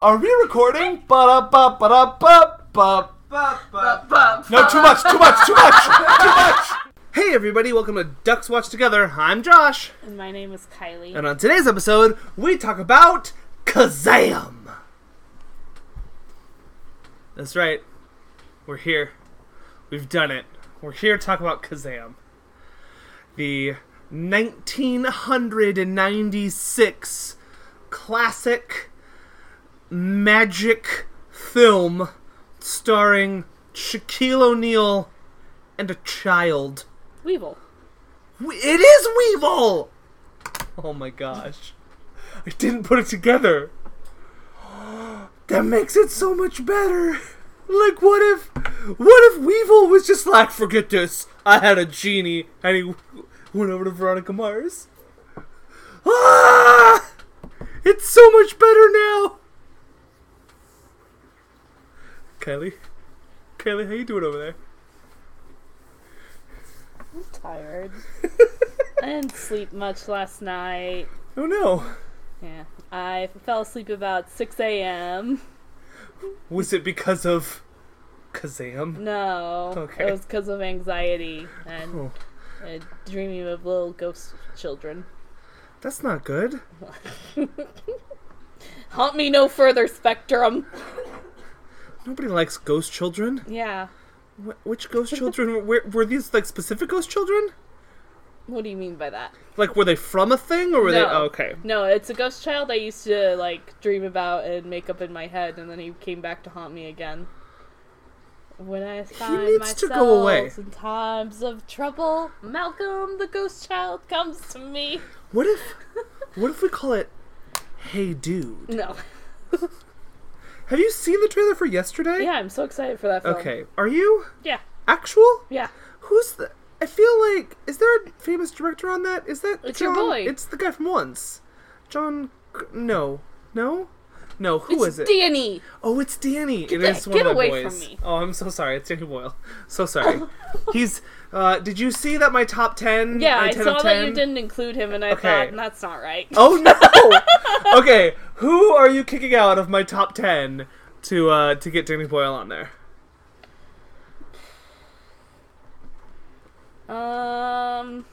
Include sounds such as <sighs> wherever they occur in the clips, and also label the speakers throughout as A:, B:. A: Are we recording? Ba-da-ba-ba-da-ba-ba. No, too much, too much, too much, too much. Hey, everybody, welcome to Ducks Watch Together. I'm Josh,
B: And my name is Kylie.
A: and on today's episode, we talk about Kazam. That's right, we're here. We've done it. We're here to talk about Kazam, the 1996 classic magic film starring Shaquille O'Neal and a child.
B: Weevil.
A: We- It is Weevil! Oh my gosh. I didn't put it together. <gasps> That makes it so much better. Like, what if. What if Weevil was just like, forget this. I had a genie, and he w- went over to Veronica Mars. Ah! It's so much better now! Kylie? Kylie, how you doing over there?
B: I'm tired. I didn't sleep much last night.
A: Oh no.
B: Yeah. I fell asleep about 6 a.m.
A: Was it because of Kazam?
B: No.
A: Okay.
B: It was because of anxiety and
A: Oh,
B: uh, dreaming of little ghost children.
A: that's not good.
B: Haunt me no further, Spectrum.
A: Nobody likes ghost children.
B: Yeah.
A: Wh- which
B: <laughs>
A: ghost children? were, were these like specific ghost children?
B: What do you mean by that?
A: Like, were they from a thing or were they?
B: No.
A: Oh, okay.
B: No, it's a ghost child I used to like dream about and make up in my head, and then he came back to haunt me again. When I find
A: needs
B: myself
A: to go away.
B: in times of trouble, Malcolm the ghost child comes to me.
A: What if? What if we call it? Hey, dude.
B: No,
A: Have you seen the trailer for yesterday?
B: yeah, I'm so excited for that film.
A: Okay. Are you
B: Yeah,
A: actual?
B: yeah.
A: Who's the? I feel like is there a famous director on that? Is that
B: It's your
A: John?
B: boy.
A: It's the guy from Once. John? G- No, no, no. Who
B: it's E.
A: is it?
B: Danny.
A: Oh, it's Danny. It
B: the-
A: is one
B: get
A: of my
B: away
A: boys.
B: from me.
A: Oh, I'm so sorry. It's Danny Boyle.
B: <laughs>
A: So sorry. He's. Uh, did you see that my top ten?
B: Yeah,
A: my
B: I
A: 10
B: saw
A: of 10?
B: that you didn't include him, and I
A: Okay.
B: thought that's not right.
A: Oh
B: <laughs>
A: no. okay, who are you kicking out of my top ten to uh, to get Danny Boyle on there? Oh.
B: Um,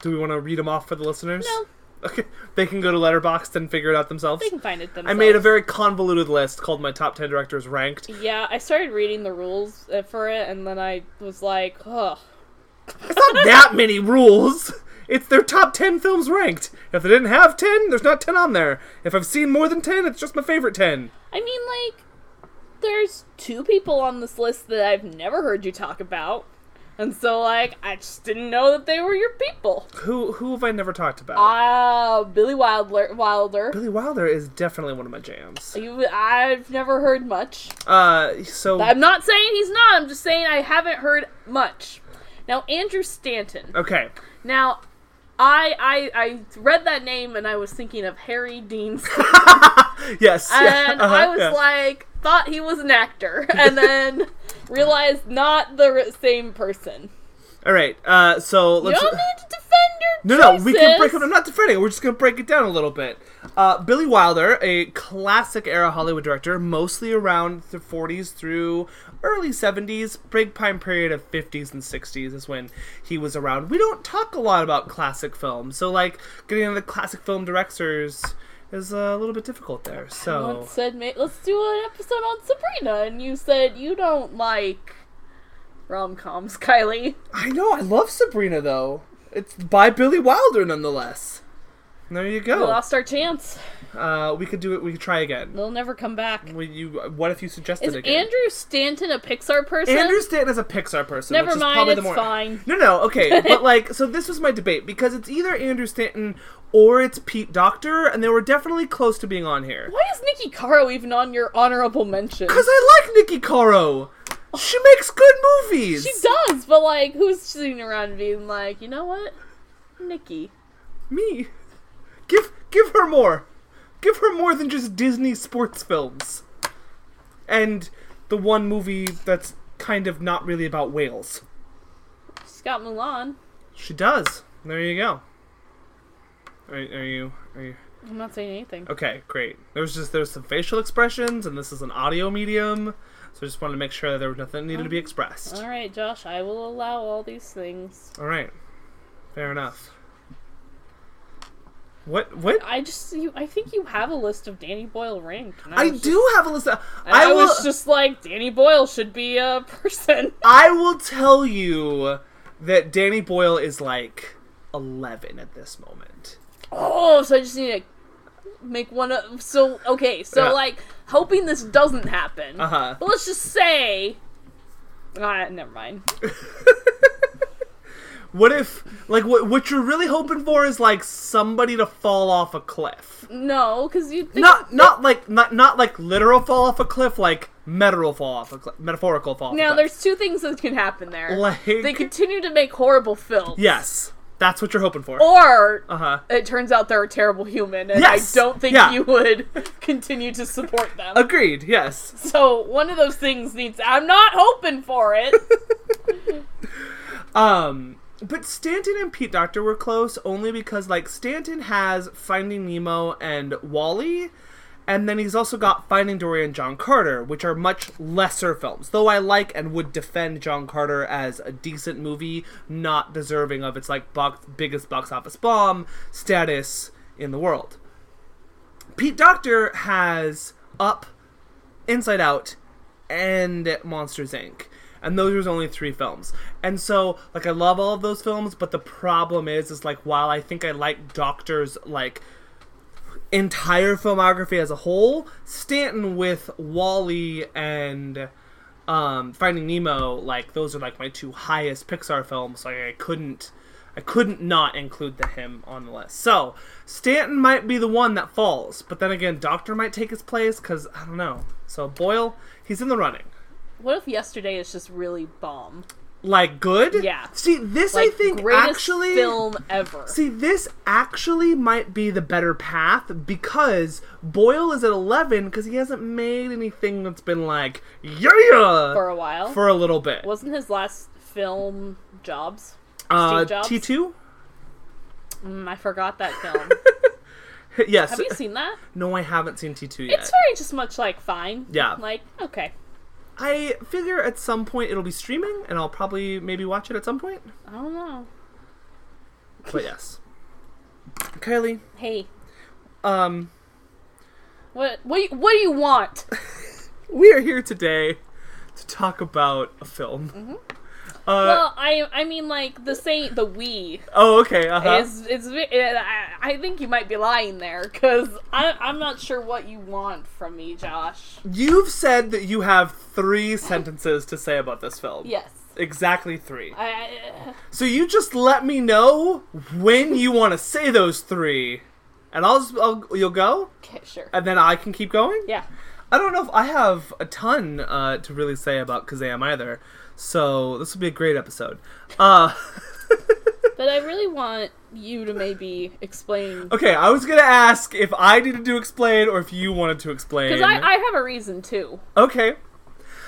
A: Do we want to read them off for the listeners?
B: no,
A: Okay, they can go to Letterboxd and figure it out themselves.
B: they can find it
A: I
B: themselves.
A: made a very convoluted list called my top ten directors ranked.
B: yeah. I started reading the rules uh, for it, and then I was like, ugh.
A: It's not that many rules. It's their top 10 films ranked. If they didn't have 10, there's not 10 on there. If I've seen more than 10, it's just my favorite 10.
B: I mean, like, there's two people on this list that I've never heard you talk about. And so, like, I just didn't know that they were your people.
A: Who who have I never talked about?
B: Ah, Billy Wilder. Wilder.
A: Billy Wilder is definitely one of my jams.
B: You, I've never heard much.
A: Uh, so
B: I'm not saying he's not. I'm just saying I haven't heard much. Now, Andrew Stanton.
A: okay,
B: Now, I, I I read that name and I was thinking of Harry Dean Stanton.
A: yes, <laughs> yeah,
B: and
A: uh-huh,
B: I was
A: yeah.
B: like, thought he was an actor, <laughs> and then realized not the r- same person.
A: all right. Uh, so
B: You
A: let's.
B: don't need to defend
A: No,
B: your
A: no, we can
B: choices.
A: break it. I'm not defending it. We're just gonna break it down a little bit. Uh, Billy Wilder, a classic era Hollywood director, mostly around the 40s through early 70s, big time period of 50s and 60s is when he was around. We don't talk a lot about classic film, so like getting into the classic film directors is a little bit difficult there. So
B: Once said, ma- let's do an episode on Sabrina, and you said you don't like rom coms, <laughs> Kylie.
A: I know I love Sabrina though. It's by Billy Wilder nonetheless. There you
B: We
A: go.
B: lost our chance.
A: Uh, we could do it. We could try again.
B: They'll never come back.
A: Well, you, what if you suggested
B: Is
A: again?
B: Andrew Stanton a Pixar person?
A: Andrew Stanton is a Pixar person.
B: Never
A: which is
B: mind,
A: probably the
B: it's
A: more...
B: fine.
A: No, no,
B: <laughs>
A: okay, but like, so this was my debate because it's either Andrew Stanton or it's Pete Doctor, and they were definitely close to being on here.
B: Why is Nikki Caro even on your honorable mention?
A: Because I like Nikki Caro. She makes good movies.
B: She does, but like, who's sitting around being like, you know what, Nikki?
A: Me. Give give her more. Give her more than just Disney sports films. And the one movie that's kind of not really about whales.
B: She's got Mulan.
A: She does. There you go. Are, are you are you
B: I'm not saying anything.
A: Okay, great. There's just there's some facial expressions, and this is an audio medium, so I just wanted to make sure that there was nothing that needed to be expressed.
B: All right, Josh, I will allow all these things.
A: All right, fair enough. What what?
B: I just, you, I think you have a list of Danny Boyle ranked. and
A: I
B: was
A: do have a list. Of,
B: Just, I,
A: I will.
B: was just like, Danny Boyle should be a <laughs> person.
A: I will tell you that Danny Boyle is like eleven at this moment.
B: Oh, so I just need to make one of. So okay, so
A: Yeah.
B: like hoping this doesn't happen.
A: Uh-huh.
B: But let's just say. Ah, never mind.
A: What if like what what you're really hoping for is like somebody to fall off a cliff?
B: No, because you think
A: <laughs> Not not like not not like literal fall off a cliff, like metaphorical fall off a cliff, metaphorical fall. Off
B: now
A: a cliff.
B: there's two things that can happen there.
A: Like-
B: they continue to make horrible films.
A: Yes, that's what you're hoping for.
B: Oh. Or
A: Uh huh.
B: it turns out they're a terrible human, and
A: Yes!
B: I don't think
A: Yeah.
B: you would <laughs> continue to support them.
A: Agreed. Yes.
B: So one of those things needs. I'm not hoping for
A: <laughs>
B: it.
A: Um. But Stanton and Pete Doctor were close only because like Stanton has Finding Nemo and Wally, and then he's also got Finding Dory and John Carter, which are much lesser films. Though I like and would defend John Carter as a decent movie, not deserving of its like box biggest box office bomb status in the world. Pete Doctor has Up, Inside Out, and Monsters Inc. And those was only three films. And so, like, I love all of those films, but the problem is, is like, while I think I like Doctor's like entire filmography as a whole, Stanton with Wally and um, Finding Nemo, like, those are like my two highest Pixar films. Like, I couldn't, I couldn't not include the him on the list. So Stanton might be the one that falls, but then again, Doctor might take his place because I don't know. So Boyle, he's in the running.
B: what if yesterday is just really bomb?
A: Like good,
B: Yeah.
A: See, this
B: Like,
A: I think
B: greatest
A: actually
B: film ever.
A: See, this actually might be the better path because Boyle is at 11 because he hasn't made anything that's been like, yeah!
B: for a while.
A: for a little bit.
B: Wasn't his last film Jobs?
A: uh,
B: Steve Jobs?
A: T2?
B: Mm, I forgot that film.
A: <laughs> yes.
B: Have you seen that?
A: No, I haven't seen T2 yet.
B: It's very just much like fine.
A: Yeah.
B: Like okay,
A: I figure at some point it'll be streaming and I'll probably maybe watch it at some point.
B: I don't know. <laughs>
A: But yes. Kylie,
B: Hey,
A: um,
B: what what do you- what do you want?
A: we are here today to talk about a film.
B: Mm-hmm.
A: Uh,
B: well, I I mean like the ain't the we
A: oh, okay. Uh-huh.
B: is it's ve- uh, I I think you might be lying there because I I'm not sure what you want from me, Josh.
A: You've said that you have three sentences to say about this film.
B: Yes.
A: Exactly three.
B: I, I uh,
A: So you just let me know when you want to say those three, and I'll, just, I'll you'll go,
B: okay sure
A: and then I can keep going.
B: yeah.
A: I don't know if I have a ton uh, to really say about Kazam either, so this will be a great episode. Uh, <laughs>
B: But I really want you to maybe explain
A: okay, I was gonna ask if I needed to explain or if you wanted to explain.
B: because I, I have a reason too.
A: okay,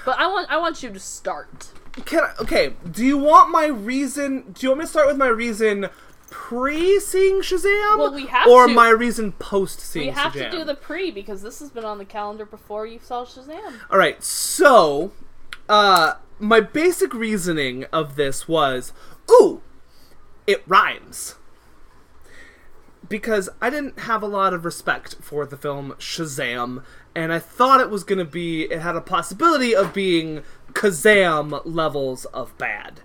B: But I want I want you to start.
A: Can I, okay, do you want my reason? Do you want me to start with my reason pre seeing Shazam?
B: Well, we have
A: or
B: to.
A: my reason post seeing
B: We
A: Shazam?
B: have to do the pre because this has been on the calendar before you saw Shazam.
A: All right, so uh, my basic reasoning of this was, ooh, it rhymes. Because I didn't have a lot of respect for the film Shazam, and I thought it was going to be, it had a possibility of being Kazam levels of bad.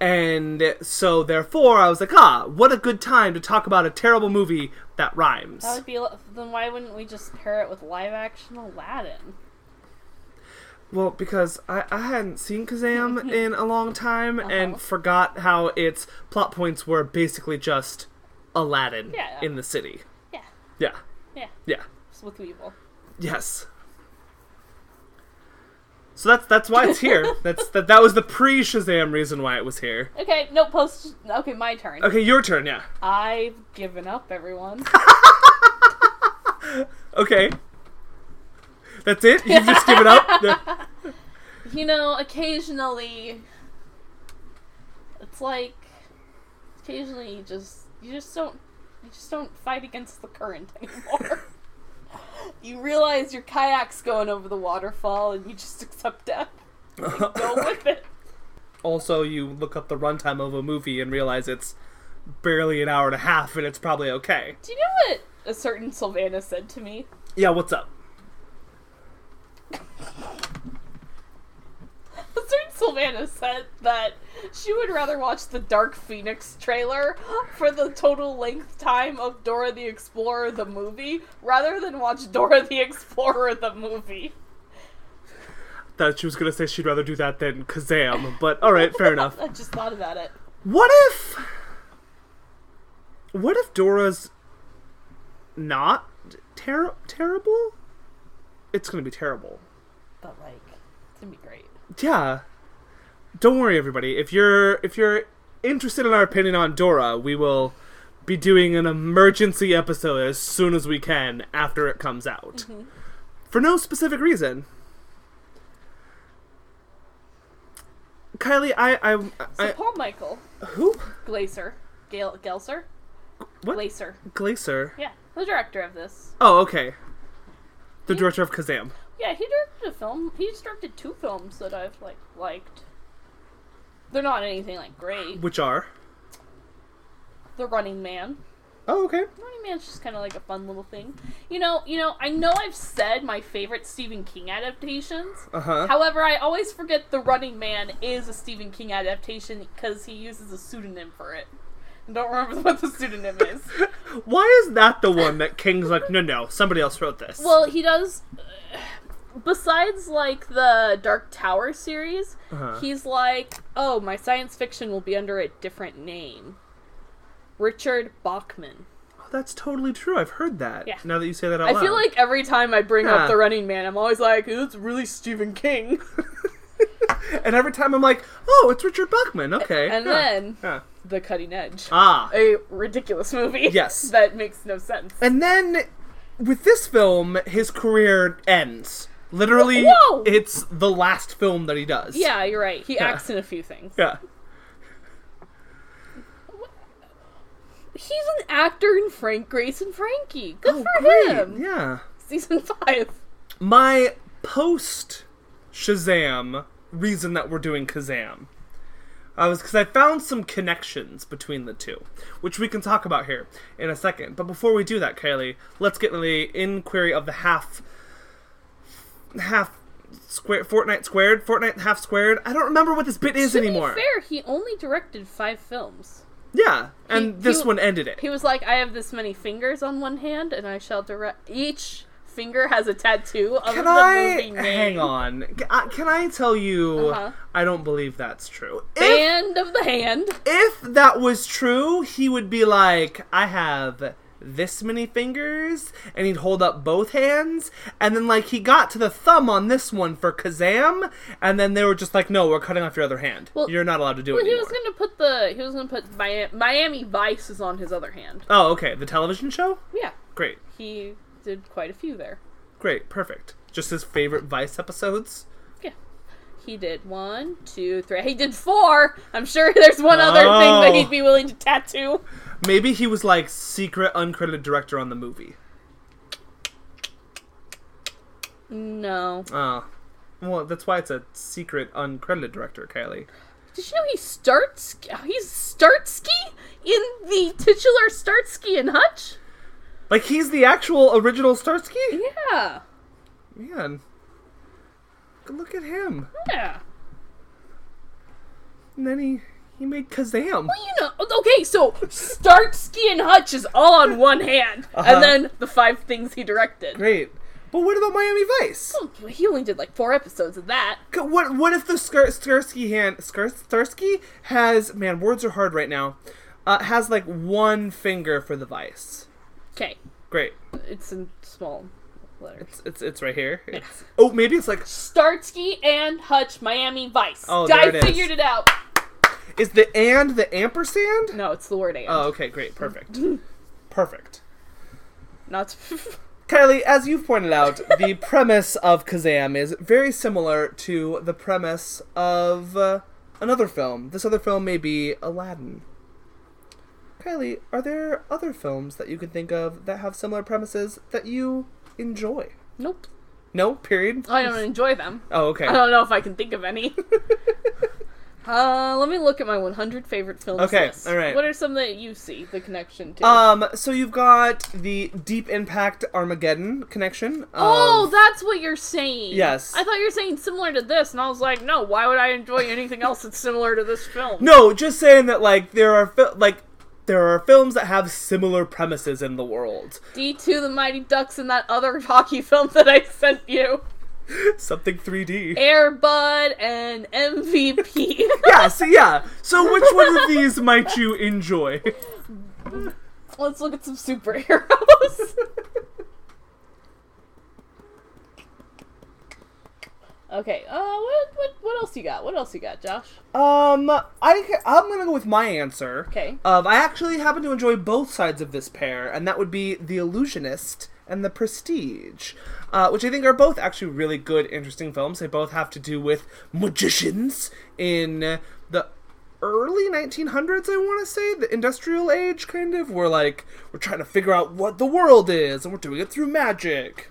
A: And so, therefore, I was like, ah, what a good time to talk about a terrible movie that rhymes.
B: That would be then why wouldn't we just pair it with live action Aladdin?
A: Well, because I, I hadn't seen
B: <laughs>
A: Kazam in a long time
B: Uh-huh.
A: and forgot how its plot points were basically just Aladdin
B: Yeah.
A: in the city.
B: Yeah,
A: Yeah.
B: yeah,
A: Yeah.
B: it's with Weevil.
A: Yes. So that's that's why it's
B: <laughs>
A: here. that's that that was the pre Shazam reason why it was here.
B: Okay, no post. Okay, my turn.
A: Okay, your turn, yeah.
B: I've given up, everyone.
A: Okay. That's it? You've just given
B: <laughs>
A: up? The-
B: you know, occasionally, it's like occasionally you just you just don't I just don't fight against the current <laughs> anymore. you realize your kayak's going over the waterfall and you just <laughs> accept death. and Go with it.
A: <laughs> Also, you look up the runtime of a movie and realize it's barely an hour and a half, and it's probably okay.
B: Do you know what a certain Sylvana said to me?
A: Yeah, what's up?
B: <laughs> A certain Sylvana said that she would rather watch the Dark Phoenix trailer for the total length time of Dora the Explorer the movie rather than watch Dora the Explorer the movie.
A: That she was gonna say she'd rather do that than Kazam, but alright, fair enough.
B: I just thought about it.
A: What if. What if Dora's not ter- terrible? It's gonna be terrible.
B: But like, it's gonna be great.
A: Yeah. Don't worry, everybody. If you're if you're interested in our opinion on Dora, we will be doing an emergency episode as soon as we can after it comes out, for no specific reason. Kylie, I, I,
B: So
A: I,
B: Paul Michael
A: who?
B: Glaser, Gail Gelser,
A: What?
B: Glaser,
A: Glacer.
B: yeah, the director of this.
A: Oh, okay. The director of Kazam.
B: Yeah, he directed a film. He's directed two films that I've like liked. They're not anything like great.
A: Which are?
B: The Running Man.
A: Oh, okay.
B: Running Man's just kind of like a fun little thing. You know, you know. I know I've said my favorite Stephen King adaptations.
A: Uh huh.
B: However, I always forget The Running Man is a Stephen King adaptation because he uses a pseudonym for it. I don't remember <laughs> what the pseudonym is.
A: Why is that the one that King's like? No, no, somebody else wrote this.
B: Well, he does. <sighs> Besides, like the Dark Tower series,
A: Uh-huh.
B: he's like, oh, my science fiction will be under a different name. Richard Bachman.
A: That's totally true. I've heard that.
B: Yeah.
A: Now that you say that out
B: I
A: loud.
B: feel like every time I bring
A: Huh.
B: up The Running Man, I'm always like, it's really Stephen
A: <laughs>
B: King.
A: And every time I'm like, oh, it's Richard Buckman. Okay.
B: and
A: Huh.
B: then
A: Huh.
B: The Cutting Edge.
A: Ah.
B: a ridiculous movie.
A: Yes.
B: <laughs> That makes no sense.
A: And then with this film, his career ends. Literally,
B: Whoa!
A: it's the last film that he does.
B: Yeah, you're right. He acts in a few things.
A: Yeah.
B: He's an actor in Frank Grace and Frankie.
A: Oh,
B: Good for
A: great.
B: him.
A: Yeah.
B: Season five.
A: My post Shazam reason that we're doing Kazam. I was because I found some connections between the two, which we can talk about here in a second. But before we do that, Kylie, let's get into the inquiry of the half, half square Fortnite squared, Fortnite half squared. I don't remember what this bit is
B: To
A: anymore.
B: be fair, he only directed five films.
A: yeah, and
B: He-
A: this
B: he-
A: one ended it.
B: He was like, I have this many fingers on one hand, and I shall direct. Each finger has a tattoo of
A: can
B: the
A: I
B: movie name.
A: hang on? Can I, can I tell you?
B: Uh-huh.
A: I don't believe that's true. If
B: Band of the hand.
A: if that was true, he would be like, I have this many fingers, and he'd hold up both hands, and then like he got to the thumb on this one for Kazam, and then they were just like, No, we're cutting off your other hand.
B: Well-
A: You're not allowed to do it
B: Well, he
A: anymore.
B: was gonna put the he was gonna put Mi- Miami Vice is on his other hand.
A: Oh, okay. The television show?
B: Yeah,
A: Great.
B: he did quite a few there.
A: Great. Perfect. Just his favorite Vice episodes.
B: Yeah. He did one, two, three. He did four. I'm sure <laughs> there's one other thing
A: Oh.
B: that he'd be willing to tattoo.
A: Maybe he was like secret uncredited director on the movie.
B: No.
A: Oh. Well, that's why it's a secret uncredited director, Kylie.
B: Did you know he starts? He's Startsky in the titular Startsky and Hutch.
A: Like he's the actual original Starsky?
B: Yeah.
A: Man. Look at him.
B: Yeah.
A: And then he he made Kazam.
B: You know. Okay, so Startsky and Hutch is all on one hand,
A: Uh-huh.
B: and then the five things he directed.
A: Great. But what about Miami Vice?
B: <laughs> He only did like four episodes of that.
A: C- What what if the Skir- Starsky hand Skir- Starsky has man words are hard right now. Uh, has like one finger for the vice.
B: Okay,
A: Great.
B: it's in small letters.
A: It's it's, it's right here. It's, oh, maybe it's like
B: Starsky and Hutch, Miami Vice.
A: Oh,
B: I
A: there it is.
B: figured it out.
A: is the and the ampersand?
B: No, it's the word and.
A: Oh, okay, great. Perfect. Perfect.
B: Not.
A: Kylie, as you've pointed out, the premise of Kazam is very similar to the premise of uh, another film. This other film may be Aladdin. Kylie, are there other films that you could think of that have similar premises that you enjoy?
B: <laughs> Nope.
A: No, period.
B: I don't enjoy them.
A: Oh, okay.
B: I don't know if I can think
A: <laughs>
B: of any. uh, let me look at my 100 favorite films.
A: Okay,
B: list.
A: all right.
B: What are some that you see the connection to?
A: Um, so you've got the Deep Impact Armageddon connection. um,
B: oh,
A: of-
B: that's what you're saying.
A: Yes.
B: I thought you were saying similar to this, and I was like, no. Why would I enjoy anything else that's similar to this film?
A: <laughs> no, just saying that like there are fil- like there are films that have similar premises in the world.
B: D2, The Mighty Ducks, and that other <laughs> hockey film that I sent you.
A: Something 3D.
B: Airbud and MVP.
A: yeah, so yeah. So which one of these might you enjoy?
B: Let's look at some superheroes. <laughs> okay. Uh, what, what what else you got? What else you got, Josh?
A: Um, I I'm gonna go with my answer.
B: Okay.
A: Of I actually happen to enjoy both sides of this pair, and that would be The Illusionist and The Prestige, uh, which I think are both actually really good, interesting films. They both have to do with magicians in uh, the early 1900s i want to say the industrial age kind of where like we're trying to figure out what the world is and we're doing it through magic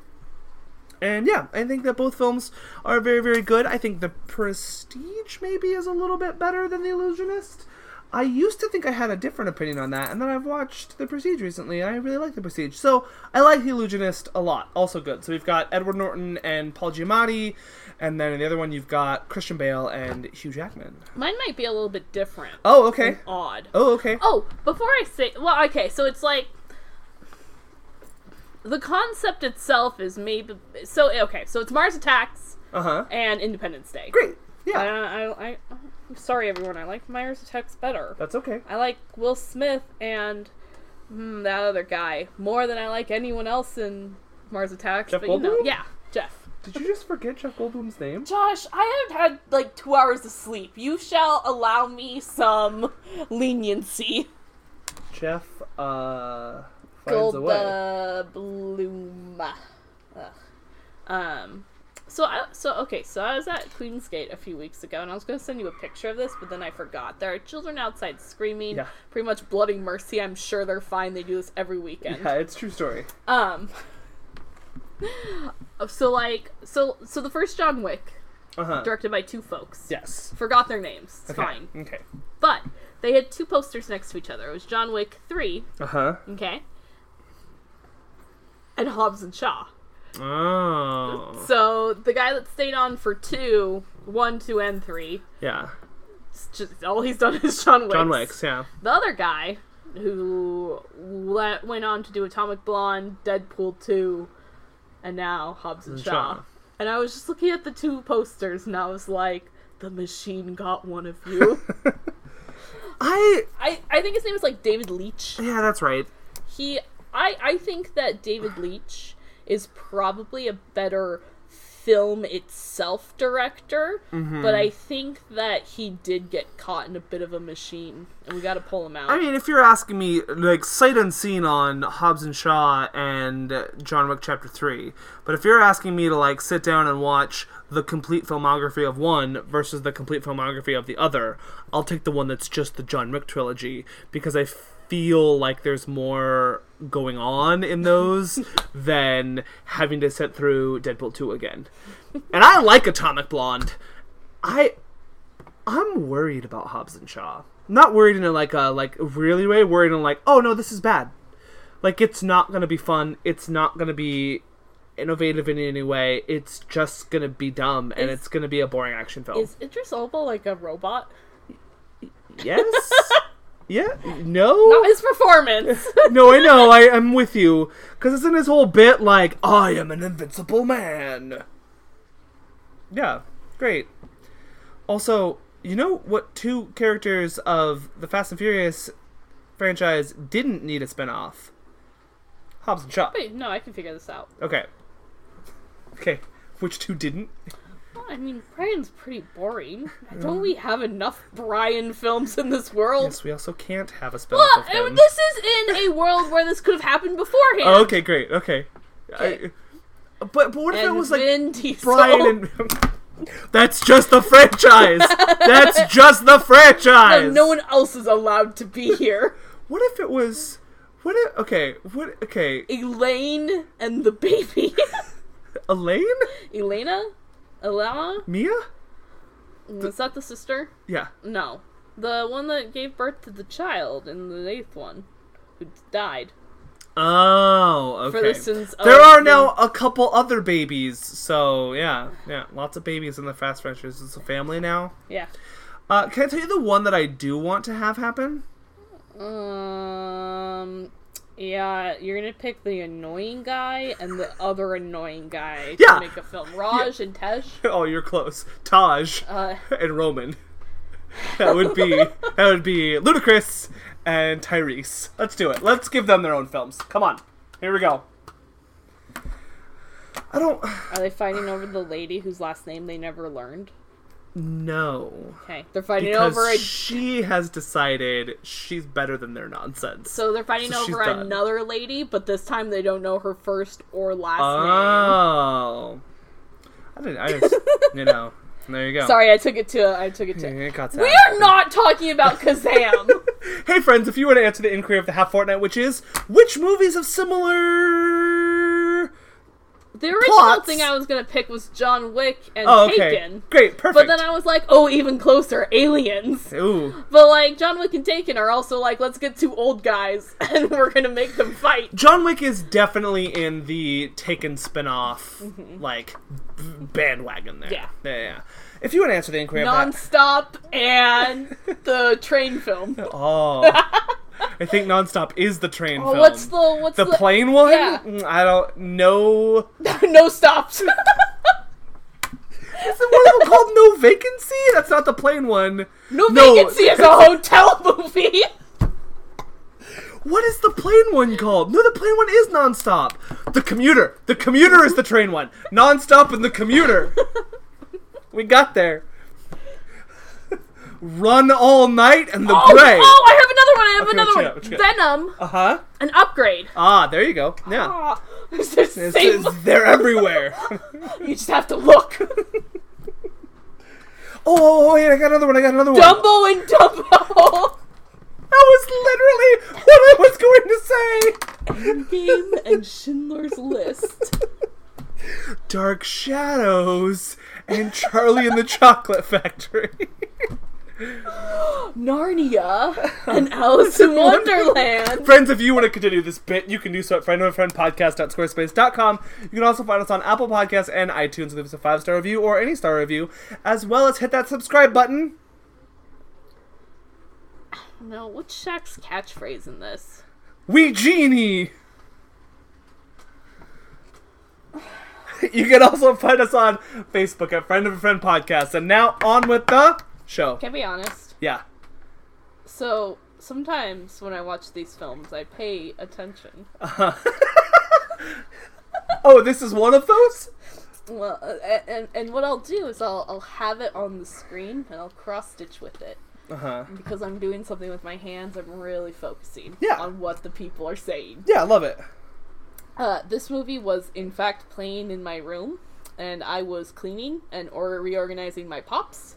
A: and yeah, I think that both films are very, very good. I think The Prestige maybe is a little bit better than The Illusionist. I used to think I had a different opinion on that, and then I've watched The Prestige recently, and I really like The Prestige. So I like The Illusionist a lot. Also good. So we've got Edward Norton and Paul Giamatti, and then in the other one you've got Christian Bale and Hugh Jackman.
B: Mine might be a little bit different.
A: Oh, okay.
B: Odd.
A: Oh, okay.
B: Oh, before I say, well, okay, so it's like the concept itself is maybe so. Okay, so it's Mars Attacks
A: Uh huh.
B: and Independence Day.
A: Great.
B: I,
A: Yeah.
B: I, I, I'm sorry, everyone. I like Mars Attacks better.
A: That's okay.
B: I like Will Smith and mm, that other guy more than I like anyone else in Mars Attacks.
A: Jeff
B: but you know,
A: Goldblum?
B: yeah, Jeff.
A: Did you just forget Jeff Goldblum's name?
B: Josh, I have had like two hours of sleep. You shall allow me some leniency. <laughs>
A: Jeff, uh. Finds a way.
B: Goldblum. Ugh. Um. So I so okay so I was at Queens Gate a few weeks ago and I was going to send you a picture of this but then I forgot. There are children outside screaming,
A: Yeah.
B: pretty much bloody mercy. I'm sure they're fine. They do this every weekend.
A: Yeah, it's a true story.
B: Um. <laughs> So like so so the first John Wick,
A: Uh huh.
B: directed by two folks.
A: Yes.
B: Forgot their names. It's
A: Okay.
B: fine.
A: Okay.
B: But they had two posters next to each other. It was John Wick three,
A: Uh huh.
B: okay, and Hobbs and Shaw.
A: Oh.
B: So the guy that stayed on for two, one, two, and three,
A: Yeah.
B: it's just all he's done <laughs> is John Wick.
A: John Wicks. Yeah.
B: The other guy who le- went on to do Atomic Blonde, Deadpool 2, and now Hobbs and
A: And
B: Shaw.
A: Shaw.
B: And I was just looking at the two posters and I was like, the machine got one of
A: <laughs>
B: you.
A: <laughs> I.
B: I, I think his name is like David Leach.
A: Yeah, that's right.
B: He I I think that David Leach is probably a better film itself director,
A: Mm-hmm.
B: but I think that he did get caught in a bit of a machine and we got to pull him out.
A: I mean, if you're asking me, like sight unseen on Hobbs and Shaw and uh, John Wick Chapter Three, but if you're asking me to like sit down and watch the complete filmography of one versus the complete filmography of the other, I'll take the one that's just the John Wick trilogy because I feel like there's more going on in those than having to sit through Deadpool two again. And I like Atomic Blonde. I I'm worried about Hobbs and Shaw. Not worried in a like a like really way. Worried in like, oh no, this is bad. Like it's not gonna be fun. It's not gonna be innovative in any way. It's just gonna be dumb, and
B: Is-
A: it's gonna be a boring action film.
B: Is Idris Elba like a robot? <laughs>
A: yes. yeah. No.
B: Not
A: <laughs>
B: his performance.
A: no, I know. I am with you because it's in his whole bit like I am an invincible man. Yeah, great. Also, you know what? Two characters of the Fast and Furious franchise didn't need a spinoff. Hobbs and Shaw.
B: Wait, no, I can figure this out.
A: Okay. Okay. Which two didn't?
B: Well, I mean, Brian's pretty boring. Don't we have enough Brian films in this world?
A: Yes, we also can't have a spinoff
B: Look,
A: of him.
B: this is in a world where this could have happened beforehand.
A: Oh, okay, great. Okay. I,
B: Okay.
A: but but what if
B: And
A: it was like
B: Vin Diesel.
A: Brian and <laughs> That's just the
B: <laughs>
A: franchise. That's just the franchise.
B: no one else is allowed to be here.
A: What if it was? What? If, okay. What? Okay.
B: Elaine and the baby.
A: Elaine?
B: <laughs> Elena? Elena?
A: Mia?
B: Is that the sister?
A: Yeah.
B: No. The one that gave birth to the child in the eighth one, who died.
A: Oh, okay.
B: For the sins
A: there
B: of
A: are
B: the-
A: now a couple other babies, so yeah, yeah, lots of babies in the Fast Ranchers. It's a family now.
B: Yeah.
A: Uh, can I tell you the one that I do want to have happen? <laughs>
B: Um. Yeah, you're gonna pick the annoying guy and the other annoying guy
A: Yeah.
B: to make a film. Raj and Tesh.
A: Oh, you're close. Taj
B: Uh,
A: <laughs> and Roman. That would be that would be Ludacris and Tyrese. Let's do it. Let's give them their own films. Come on, here we go. I don't
B: are they fighting over the lady whose last name they never learned?
A: know.
B: Okay, they're fighting
A: because
B: over a.
A: she has decided she's better than their nonsense.
B: So they're fighting
A: so she's
B: over
A: done.
B: another lady, but this time they don't know her first or last name.
A: oh, I didn't. I
B: <laughs>
A: just, you know, there you go.
B: Sorry, I took it to. I took it to.
A: It got
B: We
A: sad.
B: are not talking about Kazam.
A: <laughs> Hey friends, if you want to answer the inquiry of the half fortnight, which is which movies of similar
B: the original
A: Plots.
B: thing I was gonna pick was John Wick and
A: Oh, okay.
B: Taken.
A: Great, perfect.
B: But then I was like, oh, even closer, aliens.
A: Ooh.
B: But like John Wick and Taken are also like, let's get two old guys <laughs> and we're gonna make them fight.
A: <laughs> John Wick is definitely in the Taken spin-off like b- bandwagon there.
B: Mm-hmm. Yeah.
A: Yeah, yeah. If you want to answer the inquiry of that,
B: Nonstop
A: <laughs>
B: and the train film.
A: Oh.
B: <laughs>
A: I think Nonstop is the train
B: Oh,
A: film.
B: what's the what's
A: the
B: the,
A: plane one?
B: yeah.
A: Mm, I don't
B: <laughs>
A: know.
B: no
A: <laughs>
B: stops?
A: Is the one of them called No Vacancy? That's not the plane one.
B: No,
A: No.
B: vacancy is a hotel <laughs> movie.
A: What is the plane one called? No, the plane one is nonstop. The commuter. The commuter is the train one. Nonstop and the commuter. we got there. Run all night and the
B: Oh,
A: gray.
B: oh, I have
A: Okay,
B: another one. I have
A: what you
B: another
A: got, what
B: one. Venom,
A: Uh huh.
B: an upgrade.
A: Ah, there you go. Yeah.
B: Ah, it's the
A: It's-
B: same
A: it's- they're
B: <laughs>
A: everywhere.
B: You just have
A: <laughs>
B: to look.
A: Oh, oh, oh, wait, I got another one. I got another one.
B: Dumbo and Dumbo.
A: That was literally what I was going to say.
B: Game and Schindler's List.
A: Dark Shadows and Charlie and the Chocolate Factory. <laughs>
B: Narnia
A: <laughs>
B: and Alice in Wonderland.
A: Friends, if you want to continue this bit, you can do so at friendofafriendpodcast.squarespace.com. You can also find us on Apple Podcasts and iTunes. Leave us a five star review or any star review, as well as hit that subscribe button.
B: No, what's Shaq's catchphrase in this?
A: We Genie! <laughs> You can also find us on Facebook at Friend of a Friend Podcast. And now on with the show.
B: Can I be honest?
A: Yeah.
B: So sometimes when I watch these films, I pay attention.
A: Oh, this is one of those?
B: Well, uh, a- and and what I'll do is I'll I'll have it on the screen and I'll cross stitch with it
A: Uh huh.
B: because I'm doing something with my hands. I'm really focusing
A: Yeah.
B: on what the people are saying.
A: Yeah, I love it.
B: Uh, this movie was in fact playing in my room, and I was cleaning and or reorganizing my pops.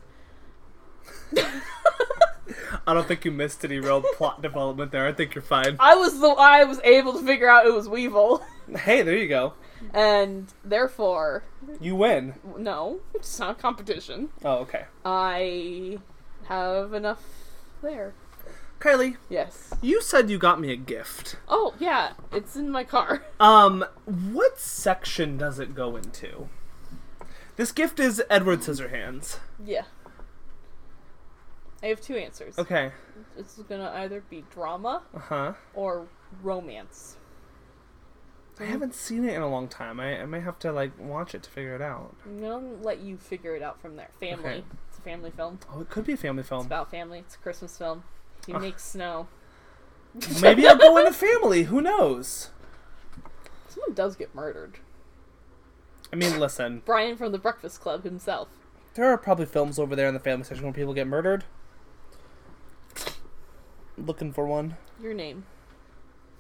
A: I don't think you missed any real plot development there. I think you're fine.
B: I was the I was able to figure out it was Weevil, <laughs>
A: Hey, there you go.
B: and therefore,
A: You win.
B: no, <laughs> it's not a competition.
A: Oh, okay.
B: I have enough there.
A: Kylie,
B: Yes.
A: you said you got me a gift.
B: Oh yeah, it's in my car. <laughs>
A: Um, what section does it go into? This gift is Edward Scissorhands.
B: Yeah. I have two answers.
A: Okay.
B: This is gonna either be drama
A: Uh huh.
B: or romance.
A: I haven't seen it in a long time. I, I may have to like watch it to figure it out.
B: I'm gonna let you figure it out from there. Family.
A: Okay.
B: It's a family film.
A: Oh, it could be a family
B: It's
A: film.
B: about family. It's a Christmas film. He
A: Ah.
B: makes snow.
A: Maybe I'll go into family. Who knows?
B: Someone does get murdered.
A: I mean, listen.
B: Brian from the Breakfast Club himself.
A: There are probably films over there in the family section where people get murdered. Looking for one.
B: Your name.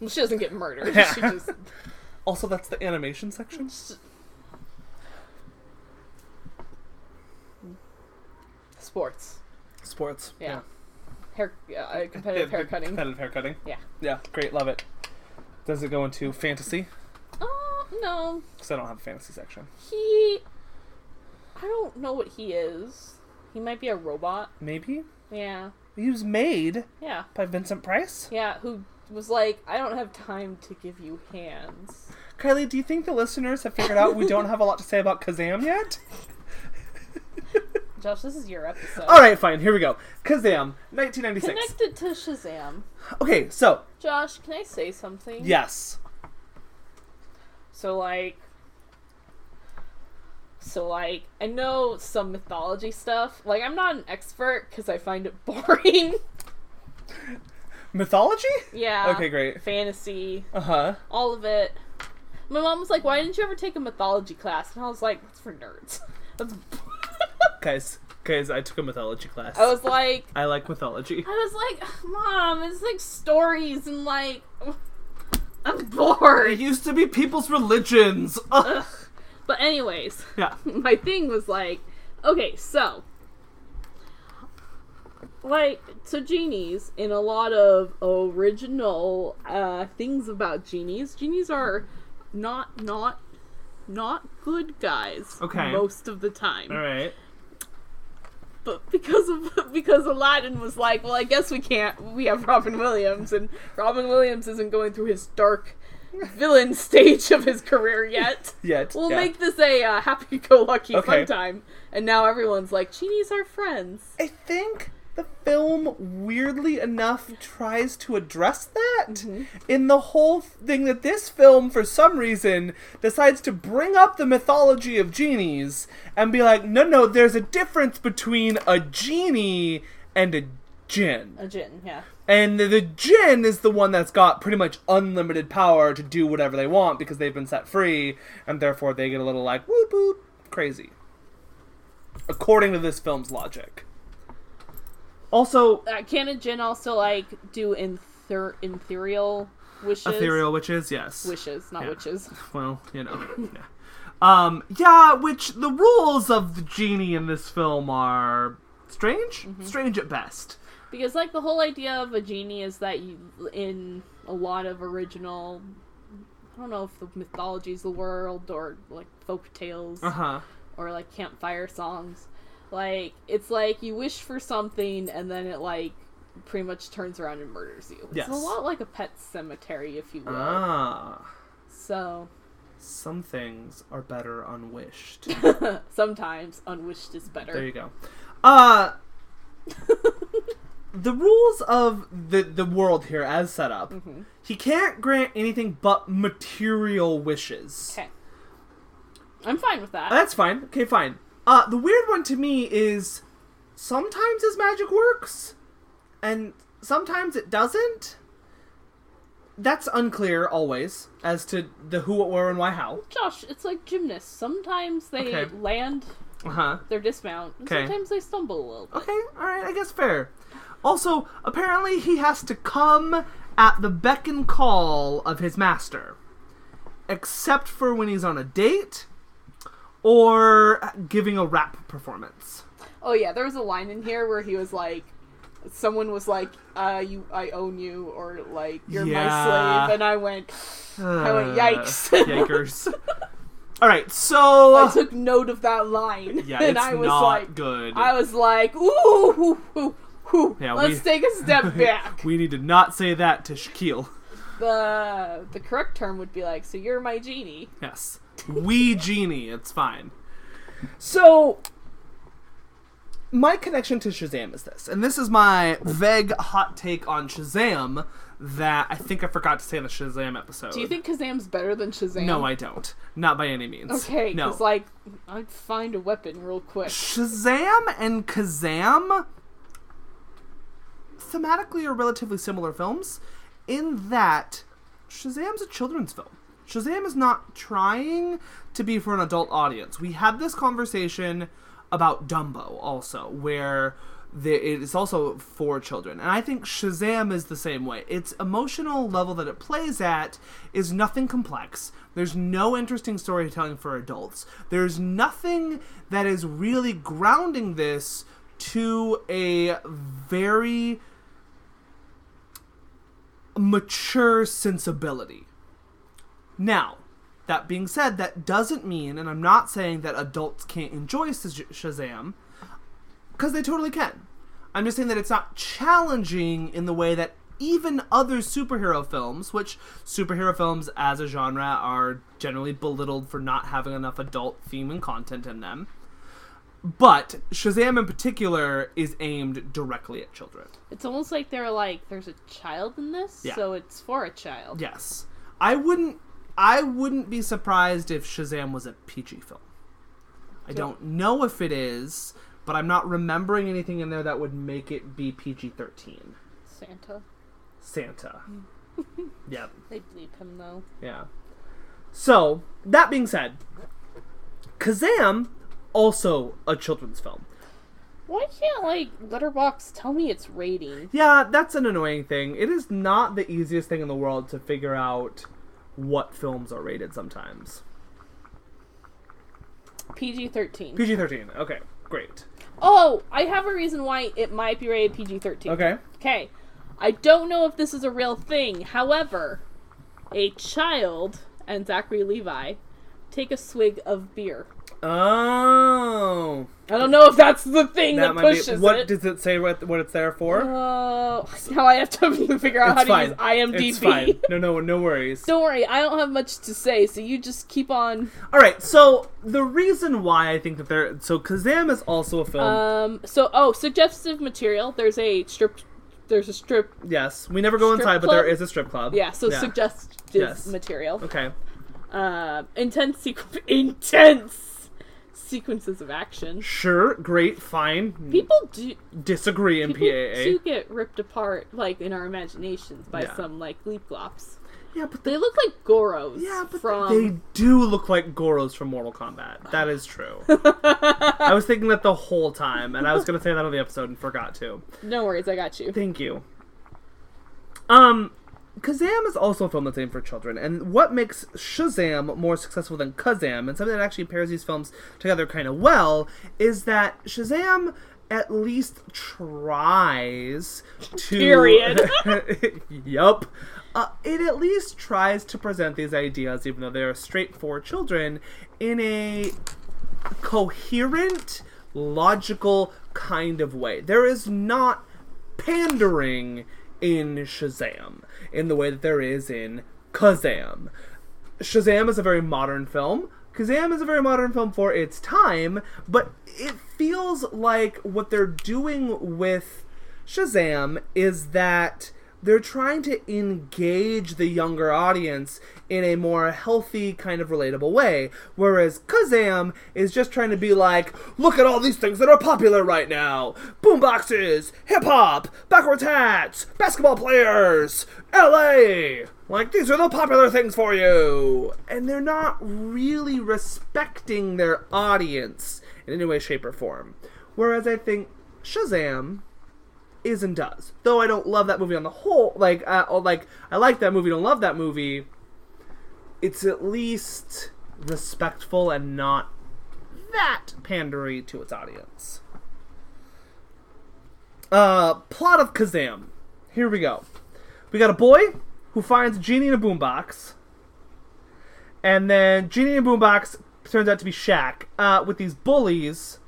B: Well, she doesn't
A: <laughs>
B: get murdered.
A: Yeah.
B: She just.
A: Also, that's the animation section.
B: s- Sports.
A: Sports.
B: Yeah. hair uh, competitive hair cutting.
A: Competitive haircutting.
B: Yeah.
A: Yeah, great, love it. Does it go into fantasy?
B: Oh no,
A: Because I don't have a fantasy section.
B: he. I don't know what he is. He might be a robot.
A: Maybe
B: Yeah,
A: he was made
B: yeah,
A: by Vincent Price.
B: yeah. Who was like, I don't have time to give you hands.
A: Kylie, do you think the listeners have figured out we don't have a lot to say about Kazam yet?
B: Josh, this is your episode.
A: <laughs> All right, fine. Here we go. Kazam, 1996.
B: Connected to Shazam.
A: Okay, so
B: Josh, can I say something?
A: yes,
B: So like so like I know some mythology stuff. Like I'm not an expert cuz I find it <laughs> boring.
A: mythology.
B: yeah.
A: Okay, great.
B: Fantasy,
A: Uh huh.
B: all of it. My mom was like, "Why didn't you ever take a mythology class?" And I was like, "That's for nerds." <laughs> That's
A: Guys, guys, I took a mythology class.
B: I was like
A: I like mythology.
B: I was like, "Mom, it's like stories and like <laughs> I'm bored." <laughs>
A: used to be people's religions. <laughs> Ugh.
B: But anyways, <laughs>
A: Yeah.
B: my thing was like, okay, so like so genies in a lot of original uh things about genies, genies are not not not good guys
A: Okay.
B: most of the time.
A: All right.
B: But because of because Aladdin was like, well, I guess we can't. We have Robin Williams and Robin Williams isn't going through his
A: <laughs>
B: dark villain stage of his career yet.
A: Yet.
B: We'll
A: yeah.
B: make this a uh, happy-go-lucky
A: Okay.
B: fun time. And now everyone's like, Chini's are friends.
A: I think the film, weirdly enough, tries to address that in the whole thing that this film, for some reason, decides to bring up the mythology of genies and be like, no, no, there's a difference between a genie and a djinn.
B: A gin, yeah.
A: And the djinn is the one that's got pretty much unlimited power to do whatever they want because they've been set free, and therefore they get a little like whoop whoop crazy. According to this film's logic. Also,
B: Uh, can a gin also, like, do inther- ethereal wishes?
A: ethereal witches, yes.
B: Wishes, not
A: Yeah.
B: witches.
A: Well, you know. Yeah. Um, yeah, which the rules of the genie in this film are strange, strange at best.
B: Because, like, the whole idea of a genie is that you, in a lot of original, I don't know if the mythology is the world or, like, folk tales.
A: Uh huh.
B: or like campfire songs. Like it's like you wish for something and then it like pretty much turns around and murders you.
A: Yes.
B: It's a lot like a pet cemetery, if you will.
A: Ah.
B: So
A: Some things are better unwished.
B: sometimes unwished is
A: There
B: better.
A: you go. Uh <laughs> the rules of the the world here as set up. He can't grant anything but material wishes. Uh,
B: Okay. I'm fine with that.
A: That's fine. Okay, fine. Uh the weird one to me is sometimes his magic works and sometimes it doesn't. That's unclear always as to the who, what, where, and why, how.
B: Josh, it's like gymnasts. Sometimes they
A: Okay.
B: land
A: Uh huh.
B: their dismount. And
A: Okay.
B: Sometimes they stumble a little bit.
A: Okay, alright, I guess fair. Also, apparently he has to come at the beck and call of his master. Except for when he's on a date or giving a rap performance.
B: Oh yeah, there was a line in here where he was like, someone was like, uh, "You, I own you," or like, "You're
A: Yeah.
B: my slave," and I went, I
A: Uh,
B: went, Oh, "Yikes!" <laughs>
A: Yikers. Alright, so.
B: I took note of that line,
A: yeah,
B: <laughs> and
A: it's
B: I was
A: not
B: like,
A: good.
B: I was like, "Ooh, hoo, hoo, hoo.
A: Yeah,
B: let's
A: we-
B: take a
A: <laughs>
B: step back."
A: we need to not say that to Shaquille.
B: the the correct term would be like, "So you're my genie."
A: Yes. We genie, it's fine. So my connection to Shazam is this, and this is my vague hot take on Shazam that I think I forgot to say in the Shazam episode.
B: Do you think Kazam's better than Shazam?
A: No, I don't. Not by any means.
B: <laughs> Okay,
A: no.
B: because like, I'd find a weapon real quick.
A: Shazam and Kazam thematically are relatively similar films in that Shazam's a children's film. Shazam is not trying to be for an adult audience. We had this conversation about Dumbo also, where the, it is also for children. And I think Shazam is the same way. Its emotional level that it plays at is nothing complex. There's no interesting storytelling for adults. There's nothing that is really grounding this to a very mature sensibility. Now, that being said, that doesn't mean, and I'm not saying that adults can't enjoy Sh- Shazam, because they totally can. I'm just saying that it's not challenging in the way that even other superhero films, which superhero films as a genre are generally belittled for not having enough adult theme and content in them. But Shazam in particular is aimed directly at children.
B: It's almost like they're like, there's a child in this,
A: Yeah.
B: so it's for a child.
A: Yes. I wouldn't I wouldn't be surprised if Shazam was a PG film. I don't know if it is, but I'm not remembering anything in there that would make it be PG-13.
B: Santa.
A: Santa. yep.
B: They bleep him though.
A: Yeah. So, that being said, Kazam also a children's film.
B: Why can't like Letterbox tell me its rating?
A: Yeah, that's an annoying thing. It is not the easiest thing in the world to figure out what films are rated sometimes.
B: PG thirteen.
A: PG 13. Okay, great.
B: Oh, I have a reason why it might be rated PG thirteen.
A: Okay.
B: Okay. I don't know if this is a real thing. However, a child and Zachary Levi take a swig of beer.
A: Oh.
B: I don't know if that's the thing that,
A: That might
B: pushes
A: be. What
B: it.
A: does it say what, what it's there for?
B: Oh, now I have to <laughs> figure out
A: it's
B: how
A: fine.
B: to use IMDb.
A: It's fine. No, no, no worries.
B: <laughs> Don't worry, I don't have much to say, so you just keep on.
A: All right, so the reason why I think that they're. So Kazam is also a film.
B: Um, so oh, suggestive material. There's a strip. There's a strip.
A: yes. We never go
B: strip
A: inside, but there
B: club?
A: is a strip club.
B: Yeah. So suggestive
A: Yes.
B: material.
A: Okay.
B: Um, intense sequ- <laughs> intense sequences of action.
A: Sure, great, fine.
B: People do
A: Disagree in
B: people
A: PAA.
B: do get ripped apart like in our imaginations by
A: Yeah.
B: some like leapglops.
A: Yeah, but
B: They look like Goros.
A: Yeah, but
B: from
A: they do look like Goros from Mortal Kombat. That is
B: <laughs>
A: true. I was thinking that the whole time, and I was going to say that on the episode and forgot to.
B: no worries, I got you.
A: Thank you. Um, Kazam is also a film that's aimed for children, and what makes Shazam more successful than Kazam, and something that actually pairs these films together kind of well, is that Shazam at least tries to. <laughs>
B: Period.
A: yup. Uh, it at least tries to present these ideas, even though they are straight for children, in a coherent, logical kind of way. There is not pandering in Shazam in the way that there is in Kazam. Shazam is a very modern film. Kazam is a very modern film for its time, but it feels like what they're doing with Shazam is that they're trying to engage the younger audience in a more healthy kind of relatable way whereas kazam is just trying to be like look at all these things that are popular right now boomboxes hip-hop backwards hats basketball players la like these are the popular things for you and they're not really respecting their audience in any way shape or form whereas i think shazam is and does. Though I don't love that movie on the whole. Like, uh, or, like I like that movie, don't love that movie. It's at least respectful and not that pandery to its audience. Uh, plot of Kazam. Here we go. We got a boy who finds a genie in a boombox, and then genie in a boombox turns out to be Shaq uh, with these bullies.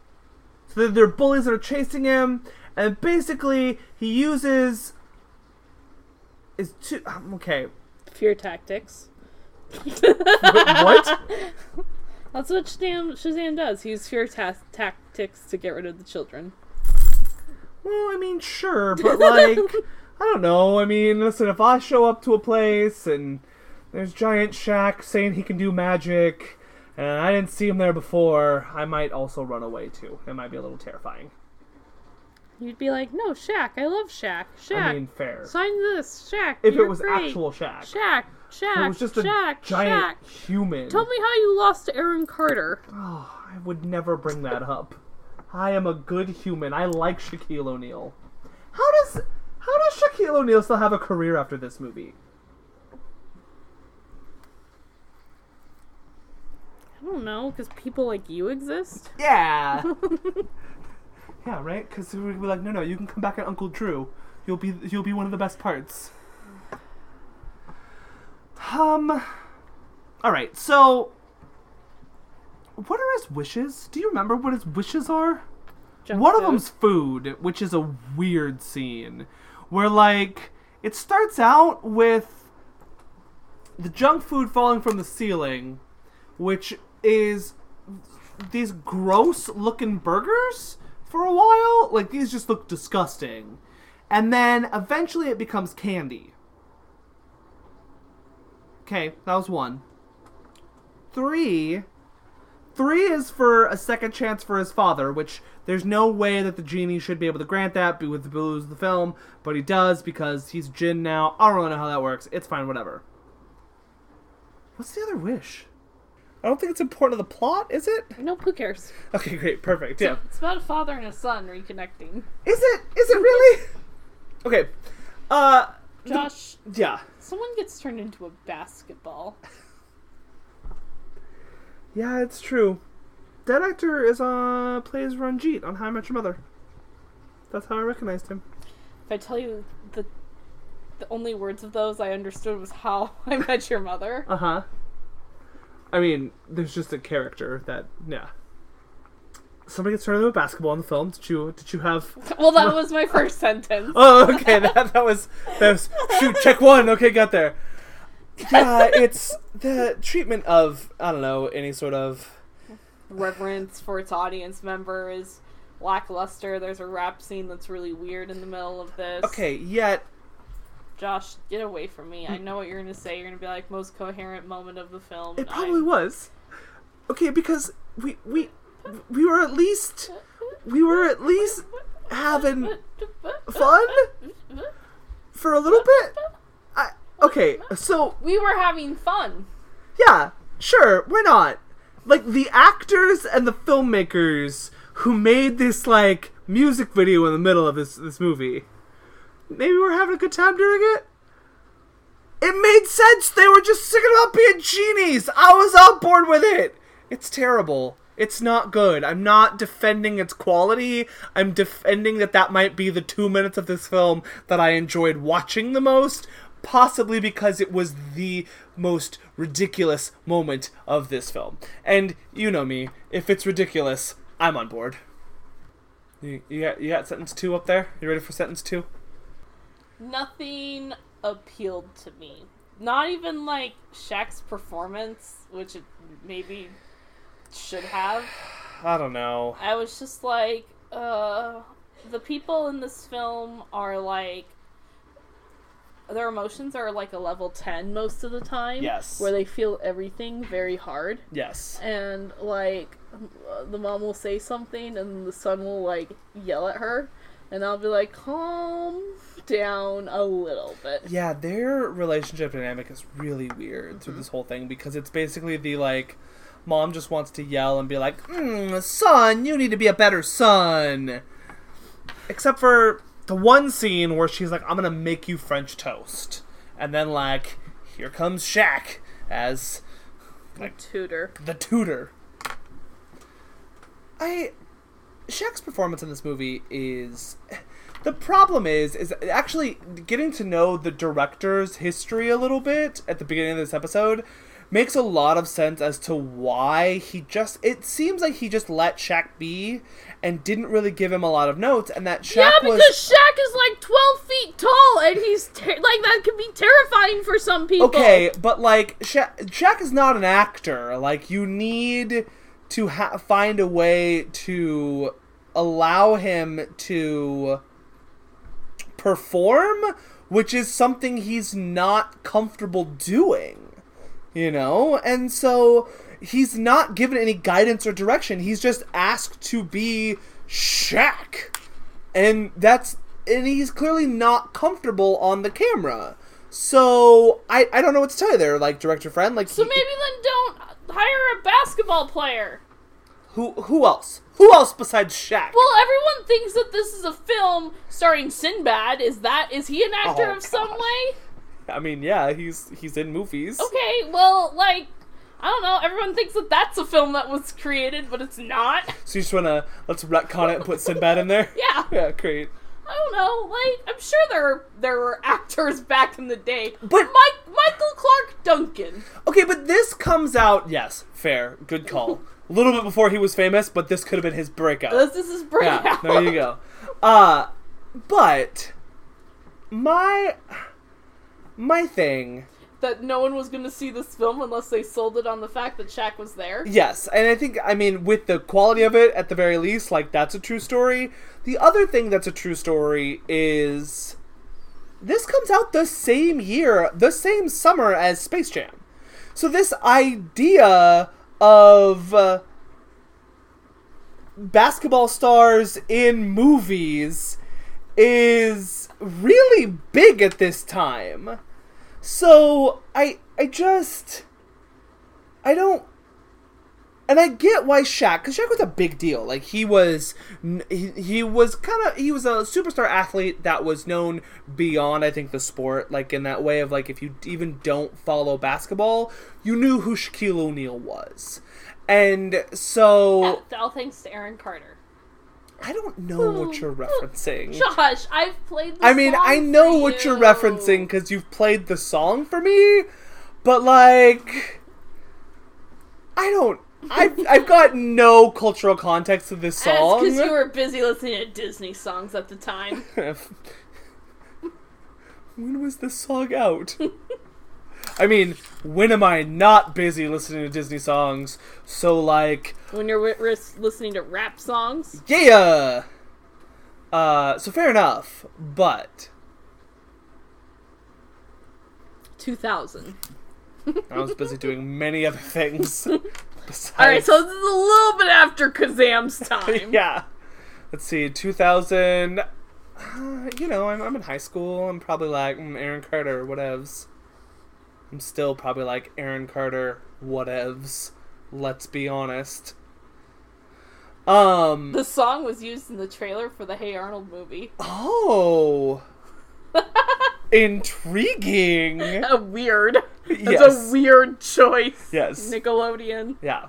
A: So they're, they're bullies that are chasing him, and basically he uses is two um, okay.
B: Fear tactics.
A: what?
B: That's what Shazam, Shazam does. He uses fear ta- tactics to get rid of the children.
A: Well, I mean, sure, but
B: <laughs>
A: like, I don't know. I mean, listen, if I show up to a place and there's giant Shaq saying he can do magic, and I didn't see him there before, I might also run away too. It might be a little terrifying.
B: You'd be like, "No, Shaq. I love Shaq. Shaq.
A: I mean, fair.
B: sign this, Shaq.
A: if it
B: you're
A: was
B: great.
A: actual Shaq,
B: Shaq, Shaq,
A: if it was just a
B: Shaq, Shaq.
A: giant human.
B: Tell me how you lost to Aaron Carter.
A: Oh, I would never bring that up. I am a good human. I like Shaquille O'Neal. How does how does Shaquille O'Neal still have a career after this movie?
B: I don't know, because people like you exist.
A: Yeah. <laughs> yeah, right? Because we were like, no, no, you can come back at Uncle Drew. You'll be you'll be one of the best parts. Um. All right. So, what are his wishes? Do you remember what his wishes are?
B: Junk
A: One of
B: food.
A: them's food, which is a weird scene where like it starts out with the junk food falling from the ceiling, which is these gross looking burgers for a while. Like these just look disgusting. And then eventually it becomes candy. Okay, that was one. Three. Three is for a second chance for his father, which there's no way that the genie should be able to grant that be with the blues of the film, but he does because he's Jin now. I don't really know how that works. It's fine, whatever. What's the other wish? I don't think it's important to the plot, is it?
B: Nope, who cares?
A: Okay, great, perfect. Yeah.
B: It's about a father and a son <laughs> reconnecting.
A: Is it? Is it really? <laughs> okay. Uh,
B: Josh,
A: yeah.
B: someone gets turned into a basketball.
A: Yeah, it's true. That actor is on plays Ranjit on How I Met Your Mother. That's how I recognized him.
B: If I tell you the the only words of those I understood was how <laughs> I met your mother.
A: Uh huh. I mean, there's just a character that yeah. Somebody gets turned into a basketball in the film. Did you? Did you have? <laughs>
B: Well, that was my first sentence.
A: Oh, okay. That that was that was shoot. Check one. Okay, got there. Yeah, it's the treatment of I don't know any sort of
B: Reverence for its audience member is lackluster. There's a rap scene that's really weird in the middle of this.
A: okay. Yet
B: Josh, get away from me. I know what you're gonna say. You're gonna be like most coherent moment of the film.
A: It
B: and
A: probably
B: I'm-
A: was. Okay, because we we we were at least we were at least having fun for a little bit. I okay, so
B: We were having fun.
A: yeah, sure, why not? Like the actors and the filmmakers who made this like music video in the middle of this this movie. Maybe we're having a good time doing it. It made sense. They were just singing about being genies. I was on board with it. It's terrible. It's not good. I'm not defending its quality. I'm defending that that might be the two minutes of this film that I enjoyed watching the most, possibly because it was the most ridiculous moment of this film. And you know me. If it's ridiculous, I'm on board. You, you, got, you got sentence two up there? You ready for sentence two?
B: Nothing appealed to me. Not even like Shaq's performance, which it maybe should have.
A: I don't know.
B: I was just like, uh, the people in this film are like, their emotions are like a level 10 most of the time.
A: Yes.
B: Where they feel everything very hard.
A: Yes.
B: And like, the mom will say something and the son will like yell at her. And I'll be like, calm down a little bit.
A: Yeah, their relationship dynamic is really weird through this whole thing because it's basically the like mom just wants to yell and be like, mm, "Son, you need to be a better son." Except for the one scene where she's like, "I'm going to make you french toast." And then like here comes Shaq as
B: Tutor.
A: the tutor. I Shaq's performance in this movie is the problem is is actually getting to know the director's history a little bit at the beginning of this episode makes a lot of sense as to why he just it seems like he just let Shaq be and didn't really give him a lot of notes and that Shaq
B: Yeah, because
A: was
B: Shaq is like 12 feet tall and he's ter- like, that can be terrifying for some people.
A: Okay, but like Sha- Shaq is not an actor. Like you need to ha- find a way to allow him to perform, which is something he's not comfortable doing. You know, and so he's not given any guidance or direction. He's just asked to be Shaq and that's and he's clearly not comfortable on the camera. So I I don't know what to tell you there, like director friend, like
B: So maybe then don't hire a basketball player.
A: who who else? Who else besides Shaq?
B: Well, everyone thinks that this is a film starring Sinbad. Is that is he an actor
A: Oh,
B: of some
A: God.
B: way?
A: I mean, yeah, he's he's in movies.
B: Okay, well, like I don't know. Everyone thinks that that's a film that was created, but it's not. <laughs>
A: So you just wanna let's retcon it and put Sinbad in there?
B: Yeah,
A: <laughs> Yeah, great.
B: <laughs> I don't know. Like I'm sure there there were actors back in the day.
A: But-
B: Mike Michael Clark Duncan.
A: Okay, but this comes out. Yes, fair. Good
B: <laughs>
A: call. A little bit before he was famous, but this could have been his breakout.
B: This is his
A: <laughs>
B: breakout. <laughs>
A: yeah, there you go. Uh, but my my thing,
B: That no one was going to see this film unless they sold it on the fact that Shaq was there.
A: yes, and I think I mean with the quality of it at the very least, like that's a true story. The other thing that's a true story is this comes out the same year, the same summer as Space Jam. So this idea of uh, basketball stars in movies is really big at this time. So I I just I don't and I get why Shaq cuz Shaq was a big deal. Like he was n- he, he was kind of he was a superstar athlete that was known beyond I think the sport like in that way of like if you even don't follow basketball, you knew who Shaquille O'Neal was. And so
B: Yeah, all thanks to Aaron Carter.
A: I don't know what you're referencing.
B: <laughs> Josh, I've played. The
A: I mean,
B: song
A: I know
B: for
A: what you're
B: you.
A: referencing because you've played the song for me, but like, I don't.
B: <laughs>
A: I've, I've got no cultural context to this song.
B: because you were busy listening to Disney songs at
A: <laughs>
B: the time.
A: when was this song out? I mean, when am I not busy listening to Disney songs? So, like,
B: when you're wi- ris- listening to rap songs,
A: Yeah. Uh, so fair enough, but
B: 2000.
A: I was busy doing many other things.
B: <laughs>
A: <laughs> besides-
B: All right, so this is a little bit after Kazam's
A: <laughs>
B: time.
A: yeah. Let's see, 2000. Uh, you know, I'm, I'm in high school. I'm probably like mm, Aaron Carter, whatevs. I'm still probably like Aaron Carter, whatevs. Let's be honest. Um.
B: <laughs> The song was used in the trailer for the Hey Arnold
A: <laughs>
B: movie. <laughs>
A: Oh. Intriguing.
B: A weird. It's
A: Yes.
B: a weird choice.
A: Yes.
B: Nickelodeon.
A: Yeah.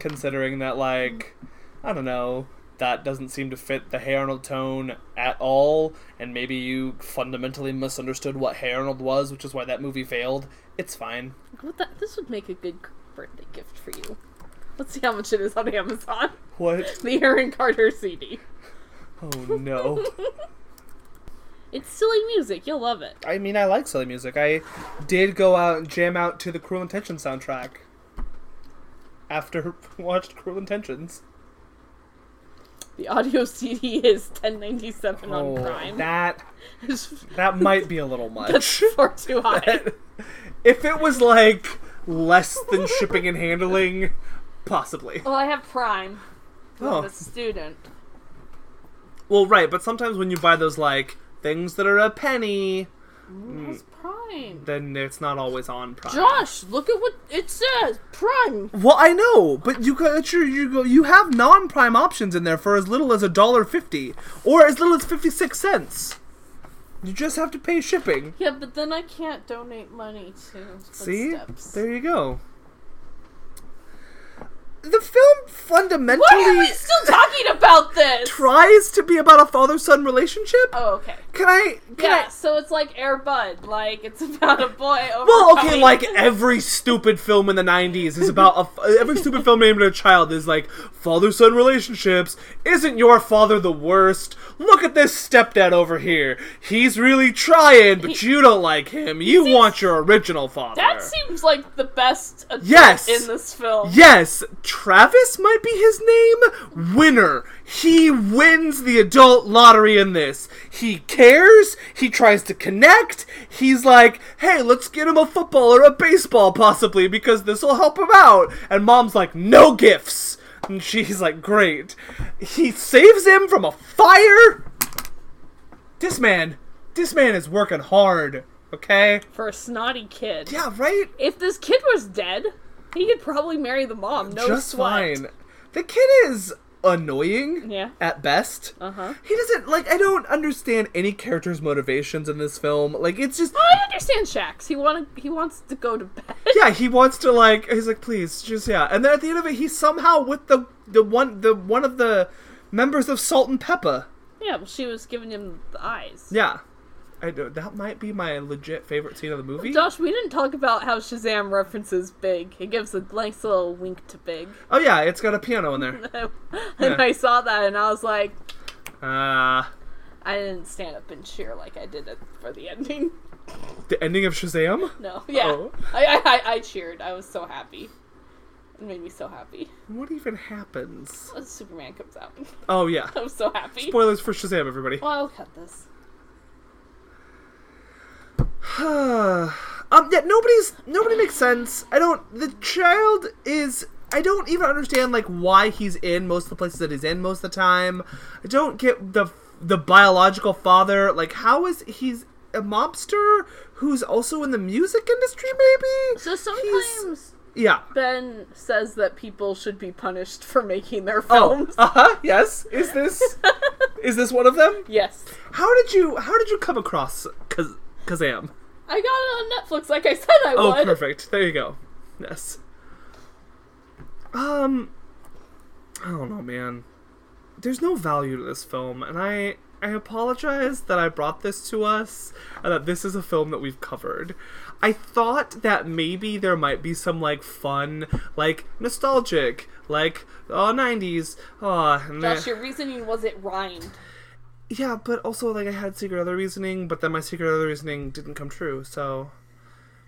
A: Considering that, like, I don't know, that doesn't seem to fit the Hey Arnold tone at all, and maybe you fundamentally misunderstood what Hey Arnold was, which is why that movie failed. It's fine.
B: What the, this would make a good birthday gift for you. Let's see how much it is on Amazon. <laughs>
A: What?
B: The Aaron Carter CD.
A: Oh
B: <laughs>
A: no.
B: It's silly music. You'll love it.
A: I mean, I like silly music. I did go out and jam out to the Cruel Intentions soundtrack after <laughs> I watched Cruel Intentions.
B: The audio <laughs> CD is 1097 on Prime.
A: Oh,
B: <laughs>
A: that
B: That's,
A: that might be a little much.
B: far
A: <laughs>
B: too high.
A: if it was like less than shipping and handling, possibly.
B: well, I have Prime.
A: Oh.
B: I'm a student.
A: Well, right, but sometimes when you buy those like things that are a penny, Hmm.
B: What's Prime?
A: then it's not always on Prime.
B: Josh, look at what it says. Prime.
A: Well, I know, but you got sure you go you have non-prime options in there for as little as a dollar fifty or as little as fifty-six cents. You just have to pay shipping.
B: Yeah, but then I can't donate money to
A: See,
B: footsteps.
A: there you go. The film fundamentally.
B: Why are we still talking about this?
A: tries to be about a father son relationship.
B: oh, okay.
A: Can I? Can
B: Yeah, so it's like Air Bud. Like, it's about a boy over.
A: I? Well, okay, like every stupid film in the '90s is about a f- every stupid film aimed at a child is like father son relationships. Isn't your father the worst? Look at this stepdad over here. He's really trying, but you don't like him. You
B: seems-
A: want your original father.
B: That seems like the best adult
A: Yes.
B: in this film.
A: Yes, Travis might be his name. Winner. He wins the adult lottery in this. He cares. He tries to connect. He's like, hey, let's get him a football or a baseball, possibly, because this will help him out. And mom's like, no gifts. And she's like, great. He saves him from a fire. This man, this man is working hard, okay?
B: For a snotty kid.
A: Yeah, right?
B: If this kid was dead, he could probably marry the mom. No
A: just
B: sweat.
A: fine. The kid is annoying
B: Yeah.
A: at best.
B: Uh-huh.
A: He doesn't like I don't understand any character's motivations in this film. Like it's just
B: I understand Shax. He wanted he wants to go to bed. <laughs>
A: yeah, he wants to like he's like please just yeah. And then at the end of it he somehow with the the one the one of the members of Salt and Peppa.
B: yeah, well she was giving him the eyes.
A: Yeah. I do, that might be my legit favorite scene of the movie.
B: Josh, we didn't talk about how Shazam references Big. It gives a nice little wink to Big. <laughs>
A: Oh yeah, it's got a piano in there.
B: and
A: Yeah.
B: I saw that and I was like,
A: Ah,
B: I didn't stand up and cheer like I did it for the <laughs> ending.
A: the ending of Shazam.
B: No, yeah,
A: Oh.
B: I, I I I cheered. I was so happy. It made me so happy.
A: What even happens?
B: When Superman comes out, <laughs>
A: Oh yeah.
B: I'm so happy.
A: Spoilers for Shazam, everybody.
B: Well, I'll cut this.
A: <sighs> um, yeah, nobody's nobody makes sense. I don't. The child is. I don't even understand like why he's in most of the places that he's in most of the time. I don't get the the biological father. Like, how is he's a mobster who's also in the music industry? Maybe.
B: So
A: He's-
B: sometimes
A: yeah.
B: Ben says that people should be punished for making their
A: Oh.
B: films.
A: Uh huh. Yes. Is this is this one of them?
B: <laughs> Yes,
A: How did you How did you come across Kaz- Kazam?
B: I got it on Netflix, like I said I
A: Oh,
B: would.
A: perfect. There you go. Yes. Um, I don't know, man. There's no value to this film, and I I apologize that I brought this to us and that this is a film that we've covered. I thought that maybe there might be some like fun, like nostalgic, like oh '90s, oh and
B: Josh,
A: the-
B: your reasoning was it rhymed.
A: yeah, but also like I had secret other reasoning, but then my secret other reasoning didn't come true, so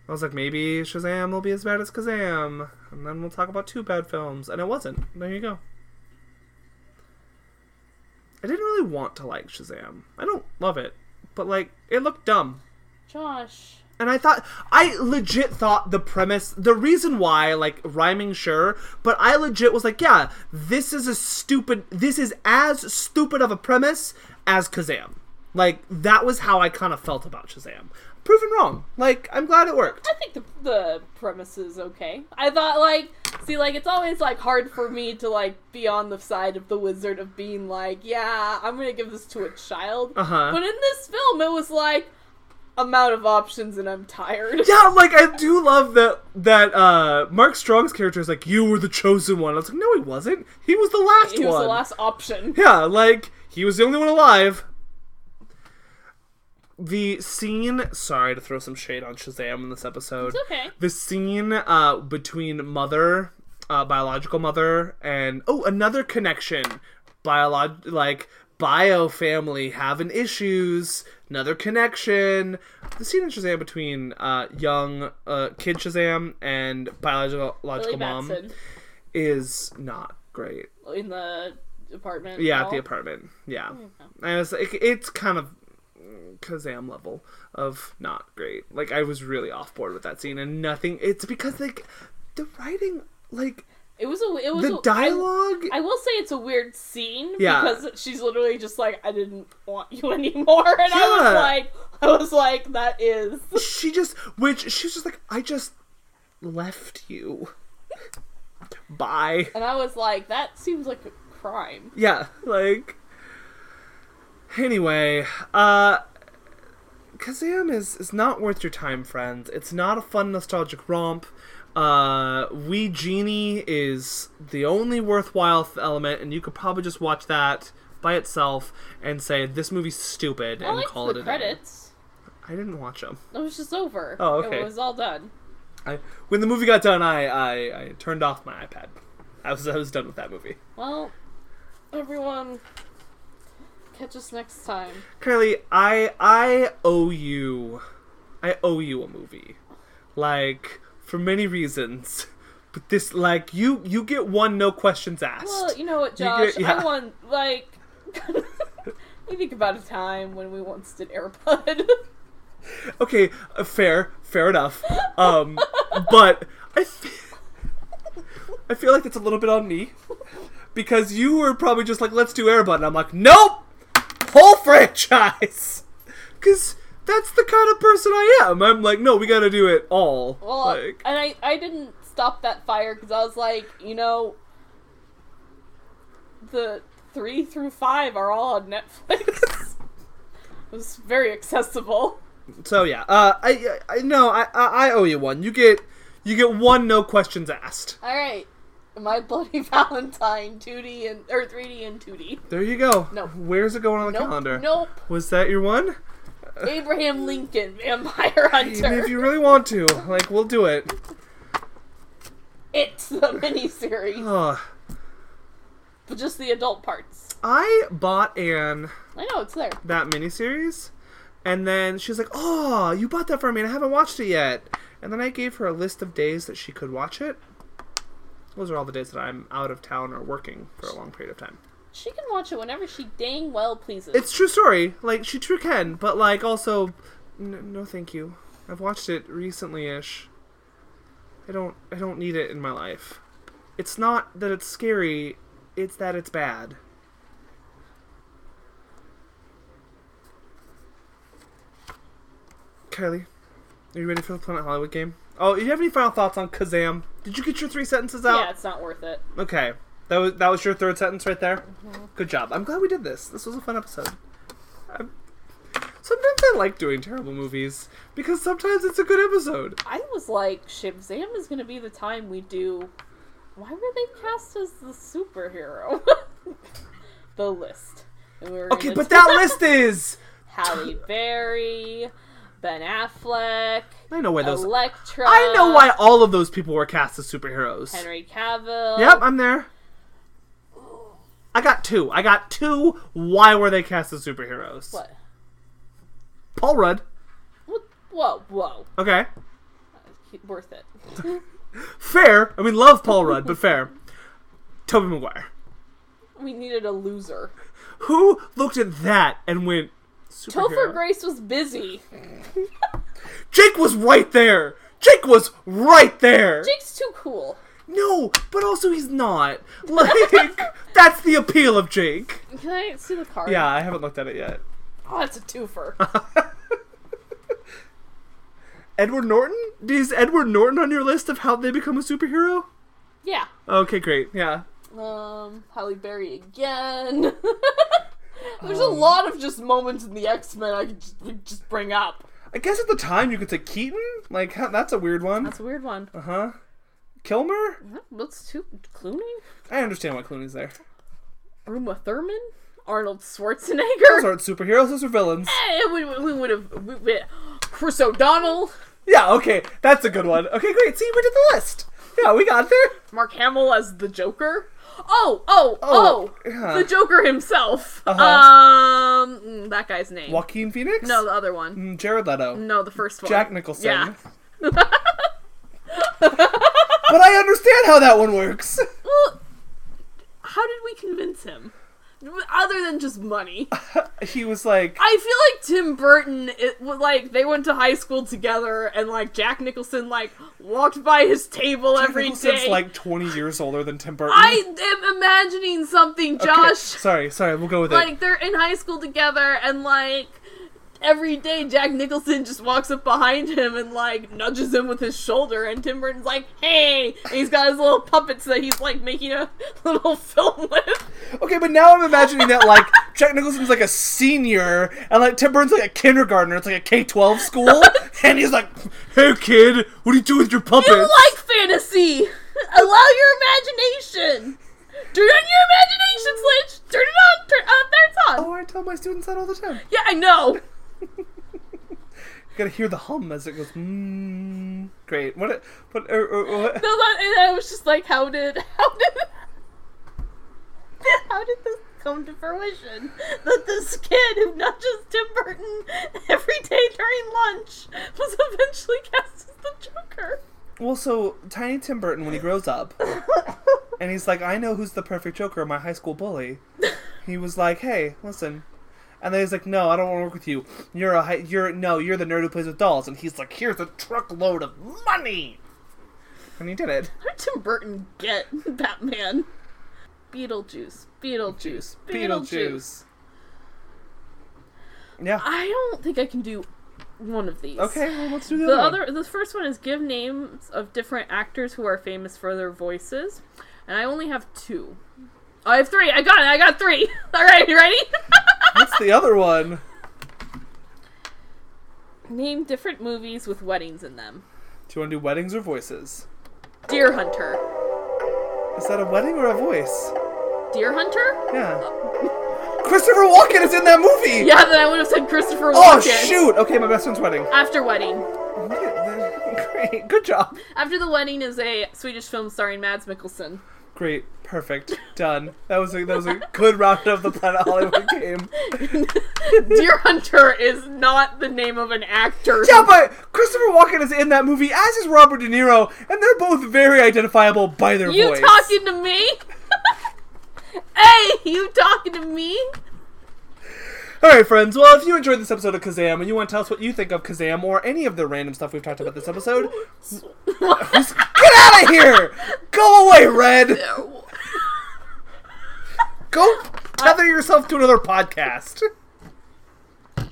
A: I was like maybe Shazam will be as bad as Kazam, and then we'll talk about two bad films, and it wasn't. There you go. I didn't really want to like Shazam. I don't love it, but like it looked dumb.
B: Josh,
A: And I thought, I legit thought the premise, the reason why, like rhyming, sure, but I legit was like, yeah, this is a stupid, this is as stupid of a premise as Kazam. Like, that was how I kind of felt about Shazam. Proven wrong. Like, I'm glad it worked.
B: I think the the premise is okay. I thought like see like it's always like hard for me to like be on the side of the wizard of being like, yeah, I'm gonna give this to a child.
A: Uh-huh.
B: But in this film it was like amount of options and I'm tired. <laughs>
A: Yeah, like, I do love that, that, uh, Mark Strong's character is like, you were the chosen one. I was like, no, he wasn't. He was the last
B: He
A: one.
B: was the last
A: <laughs>
B: option.
A: Yeah, like he was the only one alive. The scene, sorry to throw some shade on Shazam in this episode.
B: It's okay.
A: The scene uh, between mother, uh, biological mother, and oh, another connection, biolog like bio family having issues. Another connection. The scene in Shazam between uh, young uh, kid Shazam and biological
B: Billy
A: logical mom
B: Batson
A: is not great.
B: in the apartment.
A: Yeah, at
B: hall.
A: the apartment. Yeah, and it's like it's kind of Kazam level of not great. Like I was really off board with that scene, and nothing. It's because like the writing, like
B: It was a it was
A: the
B: a,
A: dialogue.
B: I, I will say it's a weird scene
A: Yeah.
B: because she's literally just like, I didn't want you <laughs> anymore, and I was
A: Yeah.
B: like, I was like, that is
A: she just, which she was just like, I just left you. Bye.
B: And I was like, that seems like a crime.
A: Yeah, like. Anyway, uh. Kazam is, is not worth your time, friends. It's not a fun, nostalgic romp. Uh, We Genie is the only worthwhile th- element, and you could probably just watch that by itself and say, this movie's stupid,
B: I
A: and
B: liked
A: call it
B: the
A: a
B: credits.
A: day. I didn't watch them.
B: It was just over.
A: Oh, okay.
B: It was all done.
A: I, when the movie got done, I, I, I turned off my iPad. I was, I was done with that movie.
B: Well, everyone, catch us next time.
A: Carly, I I owe you I owe you a movie. Like for many reasons. But this like you you get one no questions asked.
B: Well, you know what,
A: You
B: Josh?
A: get- yeah.
B: I want, like, <laughs> we think about a time when we once did AirPod. <laughs>
A: okay, uh, fair, fair enough. Um
B: <laughs>
A: but I f- I feel like it's a little bit on me because you were probably just like let's do Airbud and I'm like nope. Whole franchise. <laughs> Cuz that's the kind of person I am. I'm like, no, we gotta do it all.
B: well,
A: like,
B: and I, I didn't stop that fire because I was like, you know, the three through five are all on Netflix. <laughs> it was very accessible.
A: So yeah, uh, I, I I- no, I I I owe you one. You get you get one no questions asked.
B: All right, my bloody <laughs> Valentine, 2D and or 3D and 2D.
A: There you go.
B: No.
A: Where's it going on the
B: Nope.
A: <laughs> calendar?
B: Nope.
A: Was that your one?
B: Abraham Lincoln, Vampire
A: Even
B: Hunter.
A: if you really want to, like, we'll do it. <laughs>
B: It's the miniseries,
A: Ugh.
B: but just the adult parts.
A: I bought Anne
B: I know it's there.
A: that miniseries, and then she's like, "Oh, you bought that for me, and I haven't watched it yet." And then I gave her a list of days that she could watch it. Those are all the days that I'm out of town or working for a long period of time.
B: She can watch it whenever she dang well pleases.
A: It's true story. Like she true can, but like also, n- no, thank you. I've watched it recently-ish. I don't. I don't need it in my life. It's not that it's scary. It's that it's bad. Kylie, are you ready for the Planet Hollywood game? Oh, do you have any final thoughts on Kazam? Did you get your three sentences out?
B: yeah, it's not worth it.
A: Okay. That was that was your third sentence right there.
B: Mm-hmm.
A: Good job. I'm glad we did this. This was a fun episode. i sometimes I like doing terrible movies because sometimes it's a good episode.
B: I was like, Shazam is gonna be the time we do. Why were they cast as the superhero? <laughs> the list. And we were
A: Okay,
B: gonna
A: but
B: do <laughs>
A: that list is.
B: Halle Berry, Ben Affleck,
A: I know why those.
B: Electra.
A: I know why all of those people were cast as superheroes.
B: Henry Cavill.
A: Yep, I'm there. I got two. I got two. Why were they cast as superheroes?
B: What?
A: Paul Rudd.
B: What? Whoa, whoa.
A: Okay.
B: Worth it.
A: Fair. I mean, love Paul Rudd,
B: <laughs>
A: but fair. Toby Maguire.
B: We needed
A: <laughs>
B: a loser.
A: Who looked at that and went,
B: Topher
A: Superhero?
B: Grace was busy.
A: Jake was right there! Jake was right there!
B: Jake's too cool.
A: No, but also he's not. Like, <laughs> that's the appeal of Jake.
B: Can I see the card?
A: Yeah, I haven't looked at it yet.
B: Oh, that's a twofer.
A: <laughs> Edward Norton? Is Edward Norton on your list of how they become a superhero?
B: yeah.
A: Okay, great. Yeah.
B: Um, Halle Berry again. <laughs> There's
A: Um.
B: a lot of just moments in the X Men I could just, we could just bring up.
A: I guess at the time you could say Keaton? Like, huh, that's a weird one.
B: That's a weird one.
A: Uh huh. Kilmer?
B: That's too Clooney,
A: I understand why Clooney's there.
B: Uma Thurman, Arnold
A: Those
B: Schwarzenegger.
A: aren't superheroes, those are villains.
B: Eh, we we would have we, we, Chris O'Donnell,
A: Yeah, okay. That's a good one. Okay, great. See, we did the list. Yeah, we got there.
B: Mark Hamill as the Joker. Oh, oh, oh!
A: yeah.
B: The Joker himself.
A: Uh-huh.
B: Um, mm, that guy's name.
A: Joaquin Phoenix?
B: no, the other one.
A: Mm, Jared Leto.
B: No, the first one.
A: Jack Nicholson. <laughs>
B: Yeah.
A: but I understand how that one works.
B: Well, how did we convince him? Other than
A: <laughs>
B: just money,
A: He was like,
B: I feel like Tim Burton. It was like they went to high school together, and like Jack Nicholson like walked by his table every
A: Nicholson's
B: day.
A: like 20 years older than Tim Burton.
B: I am imagining something,
A: Okay,
B: Josh.
A: Sorry, sorry. We'll go with it.
B: Like they're in high school together, and like every day Jack Nicholson just walks up behind him and like nudges him with his shoulder, and Tim Burton's like, "Hey!" And he's got his little puppets that he's like making a <laughs> little film with.
A: Okay, but now I'm imagining that like Jack Nicholson's like a senior and like Tim Burton's like a kindergartner. It's like a K 12
B: <laughs>
A: school. and he's like, hey kid, what do you do with your puppets?
B: You like fantasy. Allow your imagination. Turn on your imagination, Sledge. Turn it on. Turn uh, there it's on.
A: oh, I tell my students that all the time.
B: Yeah, I know.
A: You gotta hear the hum as it goes. Mm, great. What? a- What? Uh, uh, what? <laughs>
B: No, that, and I was just like, how did, <laughs> how did, how did this come to fruition? That this kid who nudges Tim Burton every day during lunch was eventually cast as the Joker.
A: Well, so Tiny Tim Burton when he grows <laughs> up, and he's like, I know who's the perfect Joker, my high school <laughs> bully. He was like, Hey, listen. And then he's like, No, I don't want to work with you. You're a hi- you're no, you're the nerd who plays with dolls. And he's like, Here's a truckload of money. And he did it.
B: How did Tim Burton get Batman? Beetlejuice, Beetlejuice, Beetlejuice.
A: Yeah.
B: I don't think I can do one of these.
A: Okay. Well, let's do the,
B: The
A: other.
B: other, the first one is give names of different actors who are famous for their voices, and I only have two. Oh, I have three. I got it. I got three. <laughs> All right, you ready?
A: One. What's the other one?
B: Name different movies with weddings in them.
A: Do you want to do weddings or voices?
B: Deer Hunter.
A: Is that a wedding or a voice?
B: Deer Hunter?
A: Yeah. <laughs> Christopher Walken is in that movie.
B: Yeah, then I would have said Christopher
A: Oh
B: Walken.
A: shoot! Okay, my best friend's wedding.
B: After wedding.
A: Great, good job.
B: After the wedding is a Swedish film starring Mads Mikkelsen. <laughs>
A: Great, perfect, done. That was a, that was a good round of the Planet Hollywood game.
B: <laughs> Deer Hunter is not the name of an actor.
A: Yeah, but Christopher Walken is in that movie, as is Robert De Niro, and they're both very identifiable by their
B: you
A: voice.
B: talking to me? <laughs> hey, you talking to me?
A: All right, friends. Well, if you enjoyed this episode of Kazam and you want to tell us what you think of Kazam or any of the random stuff we've talked about this
B: <laughs>
A: episode, just get out of here! Go away, Red. Go tether yourself to another podcast.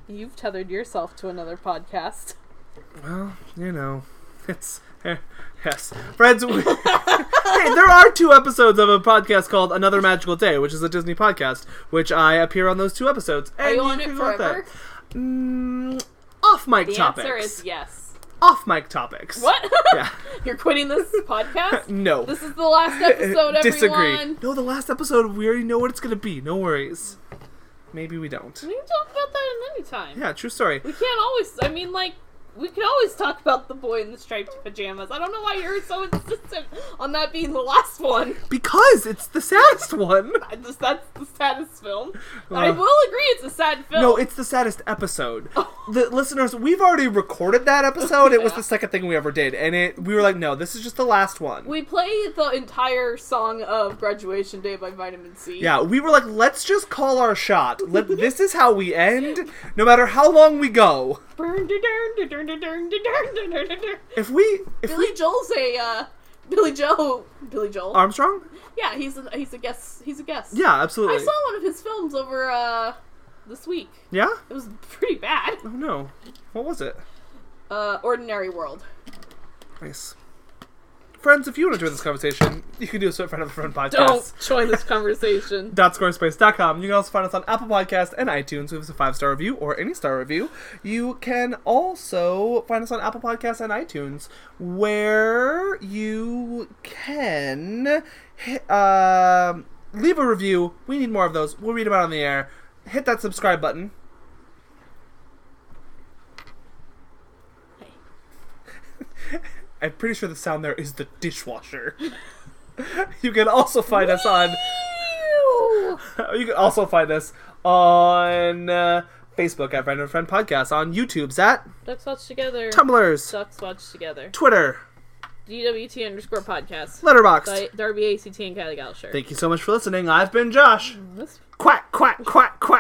B: You've tethered yourself to another podcast.
A: Well, you know, it's eh, yes, friends. We, <laughs> hey, there are two episodes of a podcast called Another Magical Day, which is a Disney podcast, which I appear on those two episodes.
B: Are
A: and
B: you on
A: can
B: it
A: vote
B: forever?
A: that. Mm, off mic
B: The
A: topics.
B: answer is
A: <laughs>
B: yes.
A: Off mic topics.
B: What?
A: Yeah.
B: <laughs> You're quitting this
A: <laughs>
B: podcast?
A: No.
B: This is the last episode,
A: <laughs>
B: everyone.
A: Disagree.
B: Can
A: No, the last episode we already know what it's gonna be. No worries. Maybe we don't.
B: We can talk about that at any time.
A: Yeah, true story.
B: We can't always. I mean, like, we can always talk about the boy in the striped pajamas. I don't know why you're so insistent on that being the last one. <laughs>
A: Because it's the saddest one.
B: I just, that's the saddest film. I
A: Uh.
B: will agree, it's a sad film.
A: No, it's the saddest episode. The listeners, we've already recorded that episode. It was
B: Oh. Yeah.
A: the second thing we ever did, and it we were like, no, this is just the last one.
B: We play the entire song of Graduation Day by Vitamin C.
A: yeah, we were like, let's just call our
B: <laughs>
A: shot. Let, this is how we end, no matter how long we go.
B: Billy
A: If we, if we,
B: Joel's a uh, Billy Joel. Billy Joel.
A: Armstrong,
B: yeah, he's a, he's a guest. He's a guest.
A: yeah,
B: I
A: absolutely,
B: saw one of his films over uh, this week.
A: yeah.
B: It was pretty bad.
A: Oh no, what was it?
B: Uh, Ordinary World.
A: Nice. Friends, if you want to join this conversation, you can do so at Friend of the Friend podcast.
B: join this conversation.
A: www.squarespace.com. You can also find us on Apple Podcasts and iTunes. Leave us a five star review or any star review. You can also find us on Apple Podcasts and iTunes, where you can um leave a review. We need more of those. We'll read them out on the air. Hit that subscribe button. I'm pretty sure the sound there is the dishwasher. <laughs> you can also find us on.
B: <laughs> Ew.
A: <laughs> You can also find us on uh, Facebook at Friend of a Friend Podcast, on YouTube's at
B: Ducks watch together.
A: Tumblr's,
B: Ducks watch together.
A: Twitter,
B: DWT underscore podcast.
A: Letterboxd.
B: By Darby ACT and Kylie Gallagher.
A: Thank you so much for listening. I've been Josh.
B: This
A: Quack, quack, quack, quack.